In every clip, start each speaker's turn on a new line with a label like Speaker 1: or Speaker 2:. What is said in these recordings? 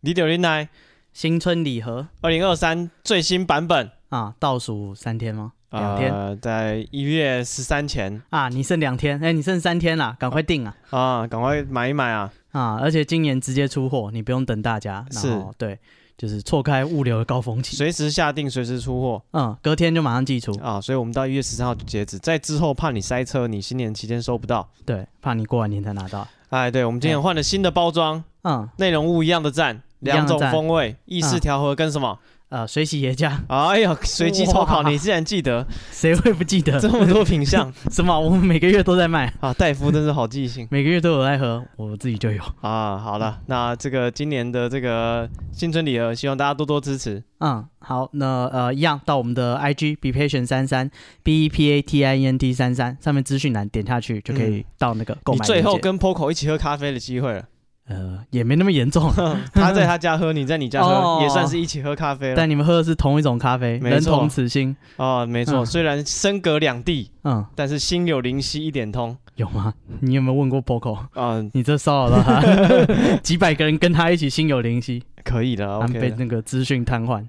Speaker 1: 李九零来
Speaker 2: 新春礼盒
Speaker 1: 二零二三最新版本，
Speaker 2: 啊，倒数三天吗？两天、
Speaker 1: 呃，在一月十三前
Speaker 2: 啊，你剩两天，哎、你剩三天啦，赶快订啊
Speaker 1: 啊，赶快买一买啊！
Speaker 2: 啊！而且今年直接出货，你不用等大家。然
Speaker 1: 是
Speaker 2: 后对，就是错开物流的高峰期，
Speaker 1: 随时下定，随时出货
Speaker 2: 嗯，隔天就马上寄出，
Speaker 1: 啊！所以我们到一月十三号就截止，在之后怕你塞车，你新年期间收不到。
Speaker 2: 对，怕你过完年才拿到。
Speaker 1: 哎，对，我们今年换了新的包装，
Speaker 2: 嗯，
Speaker 1: 内容物一样的赞，
Speaker 2: 一样
Speaker 1: 两
Speaker 2: 的
Speaker 1: 种
Speaker 2: 赞嗯
Speaker 1: 风味，意式调和跟什么？
Speaker 2: 呃，水洗爷家，
Speaker 1: 啊哎呀，随机抽考，
Speaker 2: 嗯哇
Speaker 1: 你竟然记 得
Speaker 2: 谁会不记得
Speaker 1: 这？么多品 相
Speaker 2: 什么？我们每个月都在卖，
Speaker 1: 啊！戴夫真是好记性
Speaker 2: 每个月都有在喝，我自己就有。
Speaker 1: 啊！好了，那这个今年的这个新春礼盒，希望大家多多支持。
Speaker 2: 嗯，好，那呃，一样到我们的 IG be patient 三三 b e p a t i e n t 三三上面资讯栏点下去就可以到那个
Speaker 1: 嗯
Speaker 2: 购
Speaker 1: 你
Speaker 2: 买链接、
Speaker 1: 最后跟 Poco 一起喝咖啡的机会了，
Speaker 2: 呃也没那么 严重，
Speaker 1: 他在他家喝，你在你家
Speaker 2: 哦
Speaker 1: 喝，也算是一起喝咖啡了。
Speaker 2: 但你们喝的是同一种咖啡，
Speaker 1: 没
Speaker 2: 人
Speaker 1: 错
Speaker 2: 同此心。
Speaker 1: 哦，没错，
Speaker 2: 嗯
Speaker 1: 虽然身隔两地，
Speaker 2: 嗯，
Speaker 1: 但是心有灵犀一点通。
Speaker 2: 有吗？你有没有问过 Poco？
Speaker 1: 嗯，
Speaker 2: 你这骚扰到他， 几百个人跟他一起心有灵犀，
Speaker 1: 可以的
Speaker 2: 他们被
Speaker 1: ，OK 的。
Speaker 2: 那个资讯瘫痪。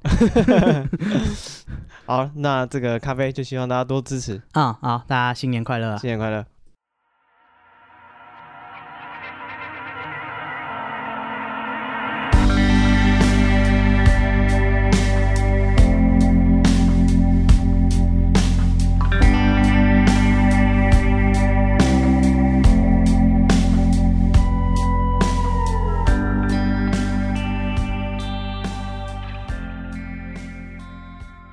Speaker 1: 好，那这个咖啡就希望大家多支持，
Speaker 2: 啊、好，大家新年快乐啊！
Speaker 1: 新年快乐。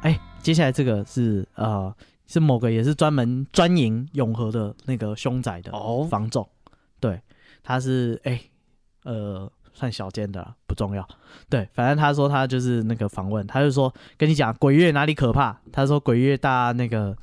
Speaker 2: 哎，接下来这个是呃是某个也是专门专营永和的那个凶宅的
Speaker 1: 哦
Speaker 2: 房仲，对，他是哎呃算小间的啦，不重要，对，反正他说他就是那个访问，他就说跟你讲鬼月哪里可怕，他说鬼月大家那个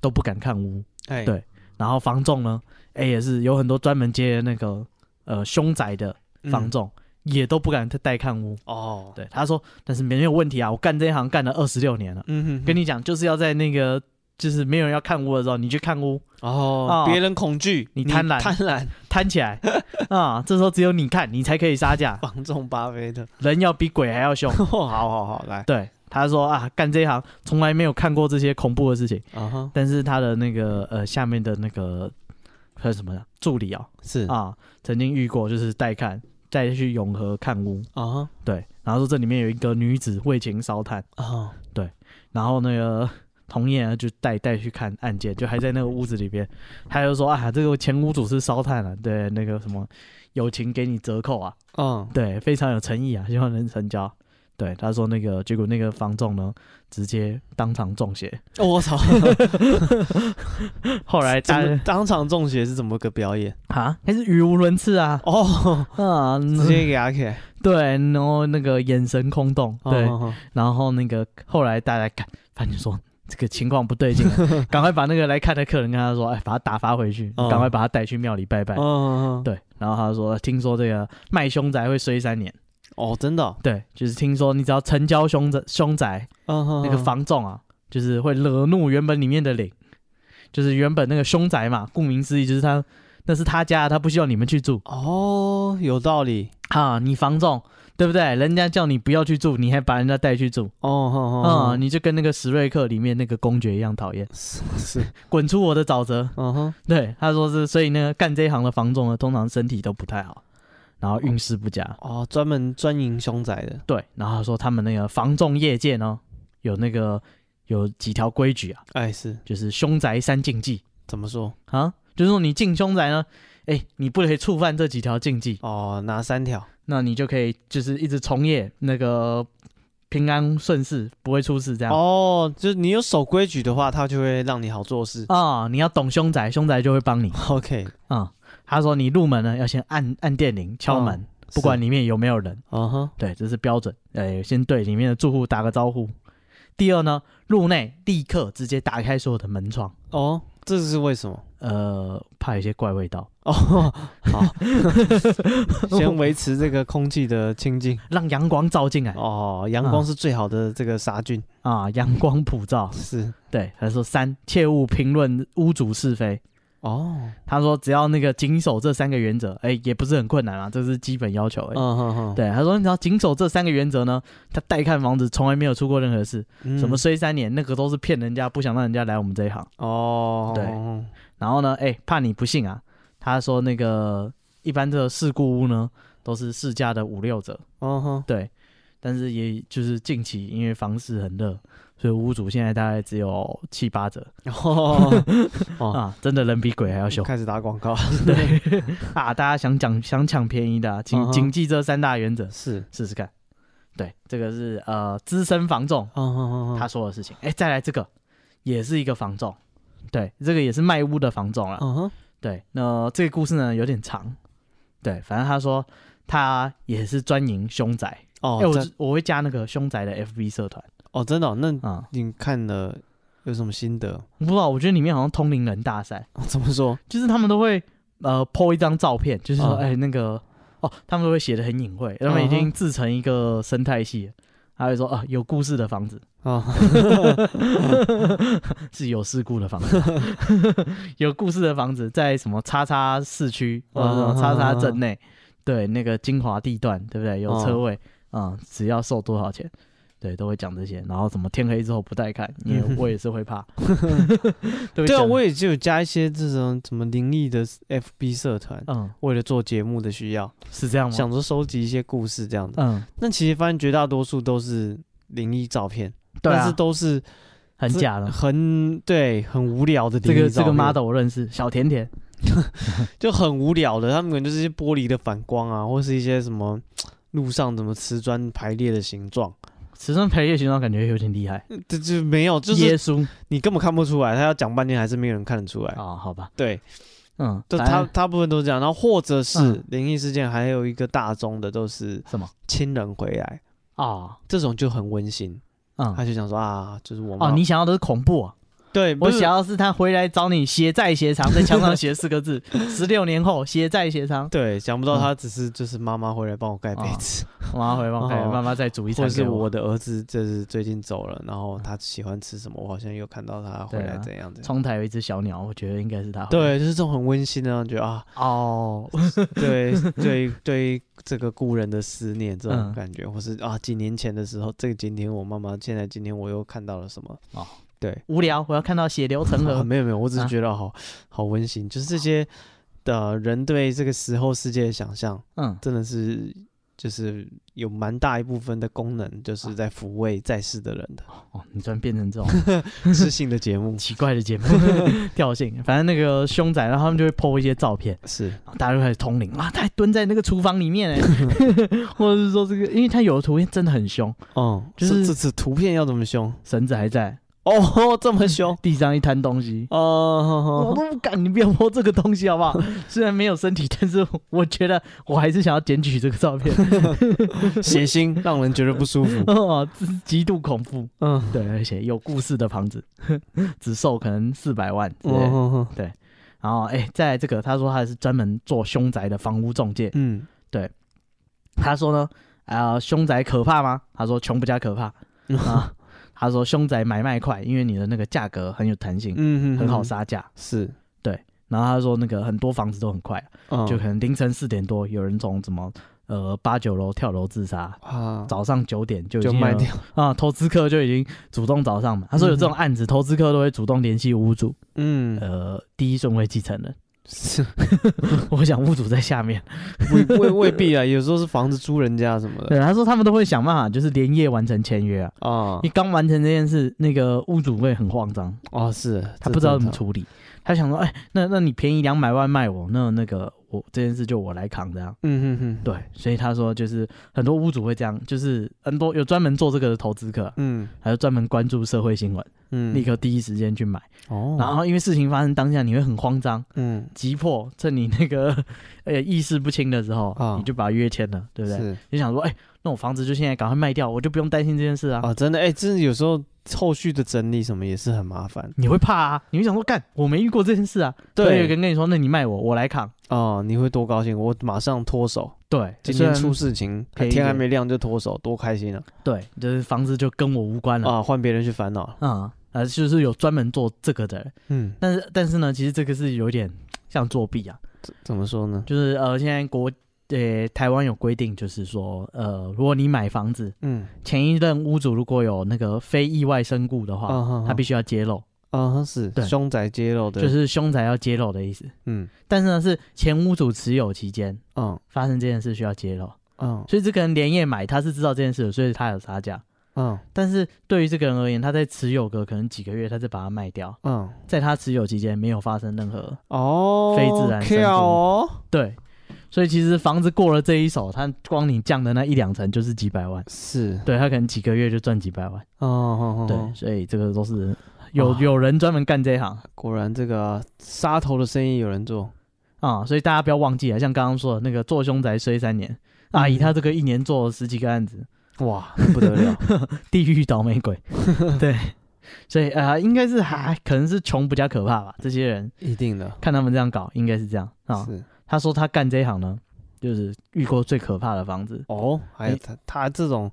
Speaker 2: 都不敢看屋，
Speaker 1: 哎，
Speaker 2: 对然后房仲呢，哎也是有很多专门接那个呃凶宅的
Speaker 1: 嗯
Speaker 2: 房仲。也都不敢带看屋，
Speaker 1: 哦，
Speaker 2: 对他说，但是没有问题啊，我干这一行干了二十六年了，
Speaker 1: 嗯哼哼，
Speaker 2: 跟你讲，就是要在那个就是没有人要看屋的时候，你去看屋
Speaker 1: 哦，
Speaker 2: 哦
Speaker 1: 别人恐惧，
Speaker 2: 你贪婪
Speaker 1: 贪婪，
Speaker 2: 摊起来啊、这时候只有你看，你才可以杀价。
Speaker 1: 防中巴菲 特。
Speaker 2: 人要比鬼还要凶。
Speaker 1: 哦，好好好，来，
Speaker 2: 对，他说啊，干这一行从来没有看过这些恐怖的事情，
Speaker 1: 啊哈，
Speaker 2: 但是他的那个呃下面的那个还有什么呢助理啊、
Speaker 1: 是啊
Speaker 2: 啊，曾经遇过就是带看带去永和看屋，
Speaker 1: 哈
Speaker 2: 对，然后说这里面有一个女子为情烧炭，
Speaker 1: 啊，
Speaker 2: 然后那个童燕啊就带带去看案件，就还在那个屋子里边，他就说啊，这个前屋主是烧炭了、对，那个什么友情给你折扣啊，
Speaker 1: 嗯，
Speaker 2: 对，非常有诚意啊，希望能成交。对，他说那个结果那个房仲呢，直接当场中邪，
Speaker 1: 哦我操，
Speaker 2: 后来
Speaker 1: 怎
Speaker 2: 大
Speaker 1: 么
Speaker 2: 家
Speaker 1: 当场中邪是怎么个表演？
Speaker 2: 啊还是语无伦次啊，
Speaker 1: 哦，
Speaker 2: 啊，
Speaker 1: 直接给他开，
Speaker 2: 对，然后那个眼神空洞，对，
Speaker 1: 哦，哦
Speaker 2: 然后那个后来大家看，反正说这个情况不对劲了， 赶快把那个来看的客人跟他说，哎，把他打发回去，
Speaker 1: 嗯
Speaker 2: 赶快把他带去庙里拜拜。
Speaker 1: 哦哦，
Speaker 2: 对，然后他说，听说这个卖凶宅会衰三年，
Speaker 1: 哦，真的哦，
Speaker 2: 对，就是听说你只要成交凶宅，凶宅
Speaker 1: 嗯
Speaker 2: 那个，房仲啊，就是会惹怒原本里面的灵，就是原本那个凶宅嘛，顾名思义就是他那是他家，他不希望你们去住
Speaker 1: 哦，有道理，
Speaker 2: 啊，你房仲对不对？人家叫你不要去住，你还把人家带去住，
Speaker 1: 哦哦
Speaker 2: 啊、
Speaker 1: 哦，
Speaker 2: 你就跟那个史瑞克里面那个公爵一样讨厌，
Speaker 1: 是是，
Speaker 2: 滚出我的沼泽。
Speaker 1: 嗯哼，
Speaker 2: 对，他说是，所以那个干这一行的房仲呢，通常身体都不太好，然后运势不佳。
Speaker 1: 哦，专门专营凶宅的，
Speaker 2: 对，然后他说他们那个房仲业界呢，有那个有几条规矩啊，
Speaker 1: 哎，是
Speaker 2: 就是凶宅三禁忌
Speaker 1: 怎么说？
Speaker 2: 啊，就是说你进凶宅呢，哎，你不可以触犯这几条禁忌，
Speaker 1: 哦，哪三条？
Speaker 2: 那你就可以就是一直从业，那个平安顺事，不会出事这样。
Speaker 1: 哦，就是你有守规矩的话，他就会让你好做事。
Speaker 2: 啊、你要懂凶宅，凶宅就会帮你。
Speaker 1: OK，
Speaker 2: 啊、他说你入门呢要先按按电铃敲门，不管
Speaker 1: 你，
Speaker 2: 里面有没有人，
Speaker 1: 嗯哼，
Speaker 2: 对，这是标准。呃，先对里面的住户打个招呼。第二呢，入内立刻直接打开所有的门窗，
Speaker 1: 哦，这是为什么？
Speaker 2: 呃，怕有些怪味道，
Speaker 1: 哦，好，先维持这个空气的清 净。
Speaker 2: 让阳光照进来
Speaker 1: 哦，阳光是最好的这个杀菌，
Speaker 2: 啊，阳光普照。
Speaker 1: 嗯是
Speaker 2: 对，他说三，切勿评论屋主是非
Speaker 1: 哦，
Speaker 2: 他说只要那个谨守这三个原则，哎、也不是很困难啊，这是基本要求而已。
Speaker 1: 嗯哼哼，
Speaker 2: 对，他说你只要谨守这三个原则呢，他带看房子从来没有出过任何事，
Speaker 1: 嗯
Speaker 2: 什么衰三年那个都是骗人家，不想让人家来我们这一行。
Speaker 1: 哦，
Speaker 2: 对然后呢，哎、怕你不信啊，他说那个一般这个事故屋呢都是市价的五六折，
Speaker 1: 嗯哼，
Speaker 2: 对，但是也就是近期因为房市很热，所以屋主现在大概只有七八折、
Speaker 1: 哦，哦，
Speaker 2: 啊，真的人比鬼 还要凶。
Speaker 1: 开始打广告，
Speaker 2: 对啊，大家想讲想抢便宜的、啊，
Speaker 1: 嗯
Speaker 2: 请
Speaker 1: 哼
Speaker 2: 谨记这三大原则，
Speaker 1: 是，
Speaker 2: 试试看。对，这个是呃资深房仲
Speaker 1: 嗯哼哼，
Speaker 2: 他说的事情。哎、再来这个也是一个房仲，对，这个也是卖屋的房仲啊了。
Speaker 1: 嗯哼，
Speaker 2: 对，那这个故事呢有点长，对，反正他说他也是专营凶宅，哎、
Speaker 1: 哦，
Speaker 2: 我
Speaker 1: 真
Speaker 2: 是我会加那个凶宅的 FB 社团
Speaker 1: 哦，真的哦，那
Speaker 2: 啊、
Speaker 1: 你看了有什么心得？
Speaker 2: 我不知道，我觉得里面好像通灵人大赛，
Speaker 1: 哦 怎么说？
Speaker 2: 就是他们都会呃 po 一张照片，就是说
Speaker 1: 嗯
Speaker 2: 哎、那个哦，他们都会写的很隐晦，他们已
Speaker 1: 嗯
Speaker 2: 经自成一个生态系了。他会说啊，有故事的房子
Speaker 1: 哦，
Speaker 2: 是有事故的房子， 有故事的房子在什么叉叉市区或
Speaker 1: 啊
Speaker 2: 者什么叉叉镇内，对，那个精华地段，对不对？有车位，
Speaker 1: 哦
Speaker 2: 啊、只要售多少钱，对，都会讲这些。然后什么天黑之后不带看，因为
Speaker 1: 嗯哼
Speaker 2: 我也是 会怕。对
Speaker 1: 对啊，我
Speaker 2: 也
Speaker 1: 也就有加一些这种什么灵异的 FB 社团，
Speaker 2: 嗯
Speaker 1: 为了做节目的需要，
Speaker 2: 是这样吗？
Speaker 1: 想着收集一些故事这样子。
Speaker 2: 嗯，
Speaker 1: 那其实发现绝大多数都是灵异照片，
Speaker 2: 对
Speaker 1: 但
Speaker 2: 啊
Speaker 1: 是，都是
Speaker 2: 很
Speaker 1: 这
Speaker 2: 假的。
Speaker 1: 很对很无聊的
Speaker 2: 这
Speaker 1: 灵
Speaker 2: 个
Speaker 1: 异
Speaker 2: 这
Speaker 1: 照片。
Speaker 2: 个 model 我认识，小甜甜，
Speaker 1: 就很无聊的，他们可能就是一些玻璃的反光啊，或是一些什么路上什么瓷砖排列的形状，
Speaker 2: 慈善培育形状感觉有点厉害，
Speaker 1: 这就没有，就是
Speaker 2: 耶稣
Speaker 1: 你根本看不出来，他要讲半天还是没有人看得出来。
Speaker 2: 啊，好吧，
Speaker 1: 对，
Speaker 2: 嗯，
Speaker 1: 就
Speaker 2: 反
Speaker 1: 大
Speaker 2: 正
Speaker 1: 大部分都是这样，然后或者是
Speaker 2: 嗯
Speaker 1: 灵异事件，还有一个大宗的都是
Speaker 2: 什么
Speaker 1: 亲人回来，
Speaker 2: 啊，
Speaker 1: 这种就很温馨，
Speaker 2: 嗯，
Speaker 1: 他就想说啊，就是我妈
Speaker 2: 哦，你想要的是恐怖啊！
Speaker 1: 对，
Speaker 2: 我
Speaker 1: 不是
Speaker 2: 想要是他回来找你，血债血偿， 在墙上写四 个字：十六年后血债血偿。
Speaker 1: 对，想不到
Speaker 2: 嗯
Speaker 1: 他只是就是妈妈回来帮我盖被子，
Speaker 2: 我妈回来帮我看，
Speaker 1: 哦
Speaker 2: 妈妈再煮一
Speaker 1: 或
Speaker 2: 餐
Speaker 1: 者
Speaker 2: 给
Speaker 1: 是我
Speaker 2: 我。
Speaker 1: 的儿子就是最近走了，然后他喜欢吃什么，我好像又看到他回
Speaker 2: 对
Speaker 1: 来
Speaker 2: 啊
Speaker 1: 怎样怎样。
Speaker 2: 窗台有一只小鸟，我觉得应该是他。，
Speaker 1: 对，就是这种很温馨的，让人觉得 啊，
Speaker 2: 哦，
Speaker 1: 对对对，这个故人的思念这种
Speaker 2: 嗯
Speaker 1: 感觉，或是啊，几年前的时候，这个今天我妈妈，现在今天我又看到了什么？
Speaker 2: 无聊，我要看到血流成
Speaker 1: 啊
Speaker 2: 河。
Speaker 1: 没有没有，我只是
Speaker 2: 啊
Speaker 1: 觉得好好温馨，就是这些的人对这个死后世界的想象，
Speaker 2: 嗯，
Speaker 1: 真的是就是有蛮大一部分的功能，就是在抚慰在世的人 的
Speaker 2: 哦，你突然变成这种
Speaker 1: 知性的节目
Speaker 2: 奇怪的节目 调性。反正那个凶宅，然后他们就会 PO 一些照片，
Speaker 1: 是
Speaker 2: 然后大家就开始通灵啊，他还蹲在那个厨房 里面哎，或者是说这个，因为他有的图片真的很凶，
Speaker 1: 哦，
Speaker 2: 就
Speaker 1: 这
Speaker 2: 是
Speaker 1: 这次图片要这么凶
Speaker 2: 绳子还在，
Speaker 1: 哦，这么凶
Speaker 2: 地上一滩东西。我
Speaker 1: 哦，
Speaker 2: 都不敢，你不要摸这个东西好不好？虽然没有身体，但是我觉得我还是想要检举这个照片，，
Speaker 1: 血腥让人觉得不舒服
Speaker 2: 哦，这是极度恐怖。
Speaker 1: 嗯，
Speaker 2: 对，而且有故事的房子，只售可能四百万之类的。
Speaker 1: 哦
Speaker 2: 然后，哎、再来这个，他说他是专门做凶宅的房屋中介。
Speaker 1: 嗯，
Speaker 2: 他说呢，啊、凶宅可怕吗？他说穷不加可怕啊。 他说凶宅买卖快，因为你的那个价格很有弹性，
Speaker 1: 嗯
Speaker 2: 很好，杀价。
Speaker 1: 是，
Speaker 2: 然后他说那个很多房子都很快。
Speaker 1: 嗯
Speaker 2: 就可能凌晨四点多，有人从什么呃八九楼跳楼自杀，
Speaker 1: 啊，
Speaker 2: 早上九点就已
Speaker 1: 就
Speaker 2: 经有
Speaker 1: 卖掉，
Speaker 2: 啊，投资客就已经主动找上门。他说有这种案子，投资客都会主动联系屋主，
Speaker 1: 嗯，
Speaker 2: 呃，第一顺位继承人。
Speaker 1: 是
Speaker 2: 我想屋主在下面。
Speaker 1: 未未未必啊，有时候是房子租人家什么的
Speaker 2: 对，他说他们都会想办法，就是连夜完成签约啊。
Speaker 1: 啊
Speaker 2: 你刚完成这件事，那个屋主会很慌张，
Speaker 1: 哦，是
Speaker 2: 他
Speaker 1: 这
Speaker 2: 不知道
Speaker 1: 正
Speaker 2: 怎么
Speaker 1: 常
Speaker 2: 处理。他想说，哎、那那你便宜两百万卖我，那那个我这件事就我来扛这样。
Speaker 1: 嗯哼哼，
Speaker 2: 对，所以他说就是很多屋主会这样，就是很多有专门做这个的投资客，
Speaker 1: 嗯
Speaker 2: 还有专门关注社会新闻，
Speaker 1: 嗯，
Speaker 2: 立刻第一时间去买。
Speaker 1: 哦，
Speaker 2: 然后因为事情发生当下，你会很慌张、
Speaker 1: 嗯，
Speaker 2: 急迫，趁你那个呃意识不清的时候，
Speaker 1: 啊
Speaker 2: 你就把它约签了，对不对？
Speaker 1: 是
Speaker 2: 你想说，哎、那我房子就现在赶快卖掉，我就不用担心这件事啊。
Speaker 1: 啊，真的哎，真的有时候后续的整理什么也是很麻烦，
Speaker 2: 你会怕啊？你会想说，干，我没遇过这件事啊。会有一个人跟你说，那你卖我，我来扛。
Speaker 1: 哦，你会多高兴，我马上脱手，
Speaker 2: 对，
Speaker 1: 今
Speaker 2: 虽
Speaker 1: 天
Speaker 2: 然
Speaker 1: 出事情，
Speaker 2: 赔一
Speaker 1: 天还
Speaker 2: 点
Speaker 1: 没亮就脱手，多开心啊！
Speaker 2: 对，就是房子就跟我无关了。
Speaker 1: 哦啊，换别人去烦恼了，
Speaker 2: 嗯，啊、呃，就是有专门做这个的人。
Speaker 1: 嗯，
Speaker 2: 但是但是呢，其实这个是有点像作弊啊，
Speaker 1: 怎么说呢？
Speaker 2: 就是呃，现在国呃台湾有规定，就是说呃，如果你买房子，
Speaker 1: 嗯，
Speaker 2: 前一任屋主如果有那个非意外身故的话，
Speaker 1: 啊
Speaker 2: 他必
Speaker 1: 须
Speaker 2: 须要揭露，
Speaker 1: 啊哈是
Speaker 2: 对
Speaker 1: 凶宅揭露的，
Speaker 2: 就是凶宅要揭露的意思。
Speaker 1: 嗯
Speaker 2: 但是呢，是前屋主持有期间
Speaker 1: 嗯
Speaker 2: 发生这件事需要揭露，
Speaker 1: 嗯
Speaker 2: 所以这个人连夜买，他是知道这件事的，所以他有差价。
Speaker 1: 嗯
Speaker 2: 但是对于这个人而言，他在持有个可能几个月，他再把它卖掉，
Speaker 1: 嗯
Speaker 2: 在他持有期间没有发生任何
Speaker 1: 哦，
Speaker 2: 非自然身故
Speaker 1: 跳哦，
Speaker 2: 对，所以其实房子过了这一手，他光你降的那一两层就是几百万，
Speaker 1: 是
Speaker 2: 对他可能几个月就赚几百万，
Speaker 1: 哦哦，哦
Speaker 2: 对，
Speaker 1: 哦
Speaker 2: 所以这个都是有、
Speaker 1: 哇
Speaker 2: 有人专门干这一行
Speaker 1: 果然这个杀头的生意有人做，
Speaker 2: 啊、所以大家不要忘记啊，像刚刚说的那个做凶宅衰三年啊，
Speaker 1: 嗯
Speaker 2: 以他这个一年做了十几个案子，
Speaker 1: 哇，那不得了，
Speaker 2: 地狱倒霉鬼， 对，所以啊、呃应该是还可能是穷比较可怕吧，这些人
Speaker 1: 一定的，
Speaker 2: 看他们这样搞，应该是这样啊。
Speaker 1: 是
Speaker 2: 他说他干这一行呢，就是遇过最可怕的房子，
Speaker 1: 哦，还有
Speaker 2: 你
Speaker 1: 他他这种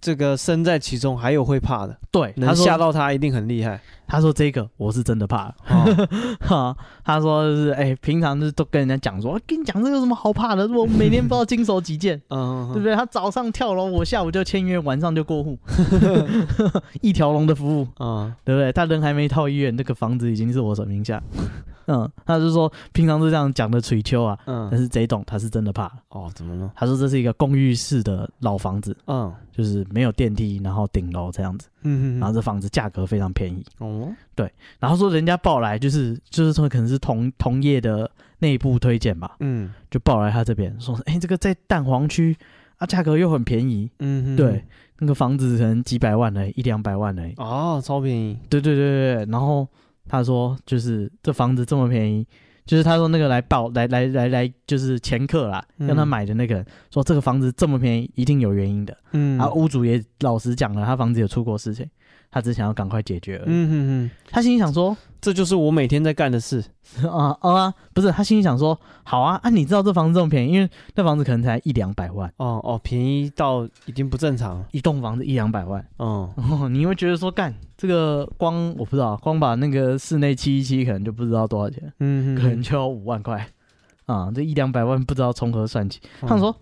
Speaker 1: 这个身在其中，还有会怕的，
Speaker 2: 对，他
Speaker 1: 能吓
Speaker 2: 说
Speaker 1: 到他一定很厉害，
Speaker 2: 他说这个我是真的怕了。
Speaker 1: 哦
Speaker 2: 哈，他说就是哎、平常就是都跟人家讲说，啊跟你讲这有什么好怕的？我每天不知道经手几件，
Speaker 1: 嗯，
Speaker 2: 对不对？他早上跳楼，我下午就签约，晚上就过户， 一条龙的服务，
Speaker 1: 嗯
Speaker 2: 对不对？他人还没到医院，那个房子已经是我手名下。 嗯，他就说平常是这样讲的吹秋啊，但
Speaker 1: 嗯，
Speaker 2: 是这一栋他是真的怕了。
Speaker 1: 哦，怎么了？
Speaker 2: 他说这是一个公寓式的老房子，
Speaker 1: 嗯
Speaker 2: 就是没有电梯，然后顶楼这样子，
Speaker 1: 嗯，嗯
Speaker 2: 然后这房子价格非常便宜。
Speaker 1: 哦，
Speaker 2: 然后说人家报来就是就是说可能是同同业的内部推荐吧，
Speaker 1: 嗯
Speaker 2: 就报来他这边说，哎，这个在蛋黄区啊，价格又很便宜，
Speaker 1: 嗯，嗯
Speaker 2: 对，，那个房子可能几百万而已，一两百万而已，
Speaker 1: 哦，超便宜，
Speaker 2: 对对对对对。然后他说就是这房子这么便宜。就是他说那个来报来来来来，就是前客啦，
Speaker 1: 嗯
Speaker 2: 让他买的那个人、说这个房子这么便宜，一定有原因的。
Speaker 1: 嗯
Speaker 2: 啊，屋主也老实讲了，他房子有出过事情，他只想要赶快解决而已。
Speaker 1: 嗯嗯嗯，
Speaker 2: 他心里想说，
Speaker 1: 这就是我每天在干的事，
Speaker 2: 啊啊啊！不是，他心里想说，好啊啊！你知道这房子这么便宜，因为那房子可能才一两百万，
Speaker 1: 哦哦，便宜到已经不正常了，
Speaker 2: 一栋房子一两百万，
Speaker 1: 嗯
Speaker 2: 哦，你会觉得说，干这个光我不知道，光把那个室内漆一漆，可能就不知道多少钱，
Speaker 1: 嗯，嗯
Speaker 2: 可能就要五万块啊！这一两百万不知道从何算起。
Speaker 1: 嗯
Speaker 2: 他说，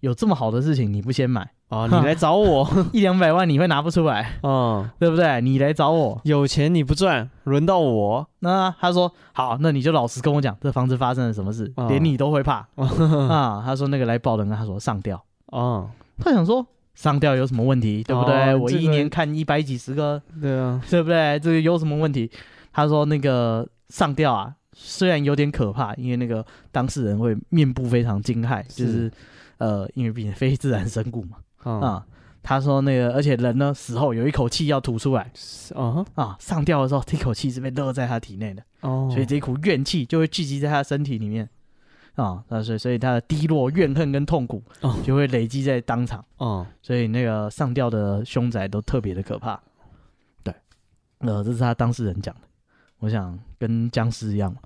Speaker 2: 有这么好的事情你不先买，
Speaker 1: 哦，你来找 我，
Speaker 2: 一两百万你会拿不出来，
Speaker 1: 嗯，
Speaker 2: 对不对？你来找我。
Speaker 1: 有钱你不赚，轮到我，
Speaker 2: 那他说好，那你就老实跟我讲，这房子发生了什么事，
Speaker 1: 哦
Speaker 2: 连你 都会怕啊！他说那个来报的人，他说上吊。
Speaker 1: 嗯，
Speaker 2: 他想说上吊有什么问题，对不对？
Speaker 1: 哦
Speaker 2: 我
Speaker 1: 这个
Speaker 2: 一年看一百几十个，
Speaker 1: 对啊，
Speaker 2: 对不对？这个有什么问题？他说那个上吊啊，虽然有点可怕，因为那个当事人会面部非常惊骇，就是是呃，因为毕竟非自然身故嘛
Speaker 1: 嗯
Speaker 2: 啊。他说那个，而且人呢死后有一口气要吐出来
Speaker 1: 哦
Speaker 2: 啊，上吊的时候这口气是被勒在他体内的，
Speaker 1: 哦，
Speaker 2: 所以这一股怨气就会聚集在他身体里面啊，那所以所以他的低落、怨恨跟痛苦
Speaker 1: 哦
Speaker 2: 就会累积在当场。
Speaker 1: 嗯
Speaker 2: 所以那个上吊的凶宅都特别的可怕。对，呃，这是他当事人讲的。我想跟僵尸一样嘛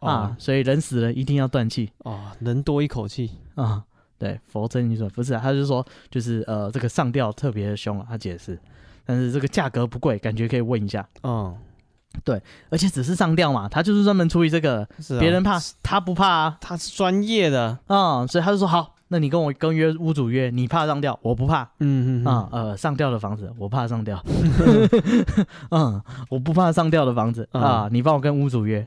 Speaker 2: 啊
Speaker 1: 啊，
Speaker 2: 所以人死了一定要断气
Speaker 1: 哦，能多一口气，
Speaker 2: 啊。对，佛真女准不是啊、他就说就是呃，这个上吊特别的凶啊，他解释。但是这个价格不贵，感觉可以问一下。
Speaker 1: 嗯，
Speaker 2: 而且只是上吊嘛，他就是专门处理这个，
Speaker 1: 是啊
Speaker 2: 别人怕他不怕啊，
Speaker 1: 他是专业的，
Speaker 2: 啊、所以他就说好，那你跟我跟约屋主约，你怕上吊，我不怕，
Speaker 1: 嗯嗯嗯
Speaker 2: 啊、呃，上吊的房子，我怕 上吊。嗯，我不怕上吊的房子
Speaker 1: 嗯
Speaker 2: 啊、你帮我跟屋主约。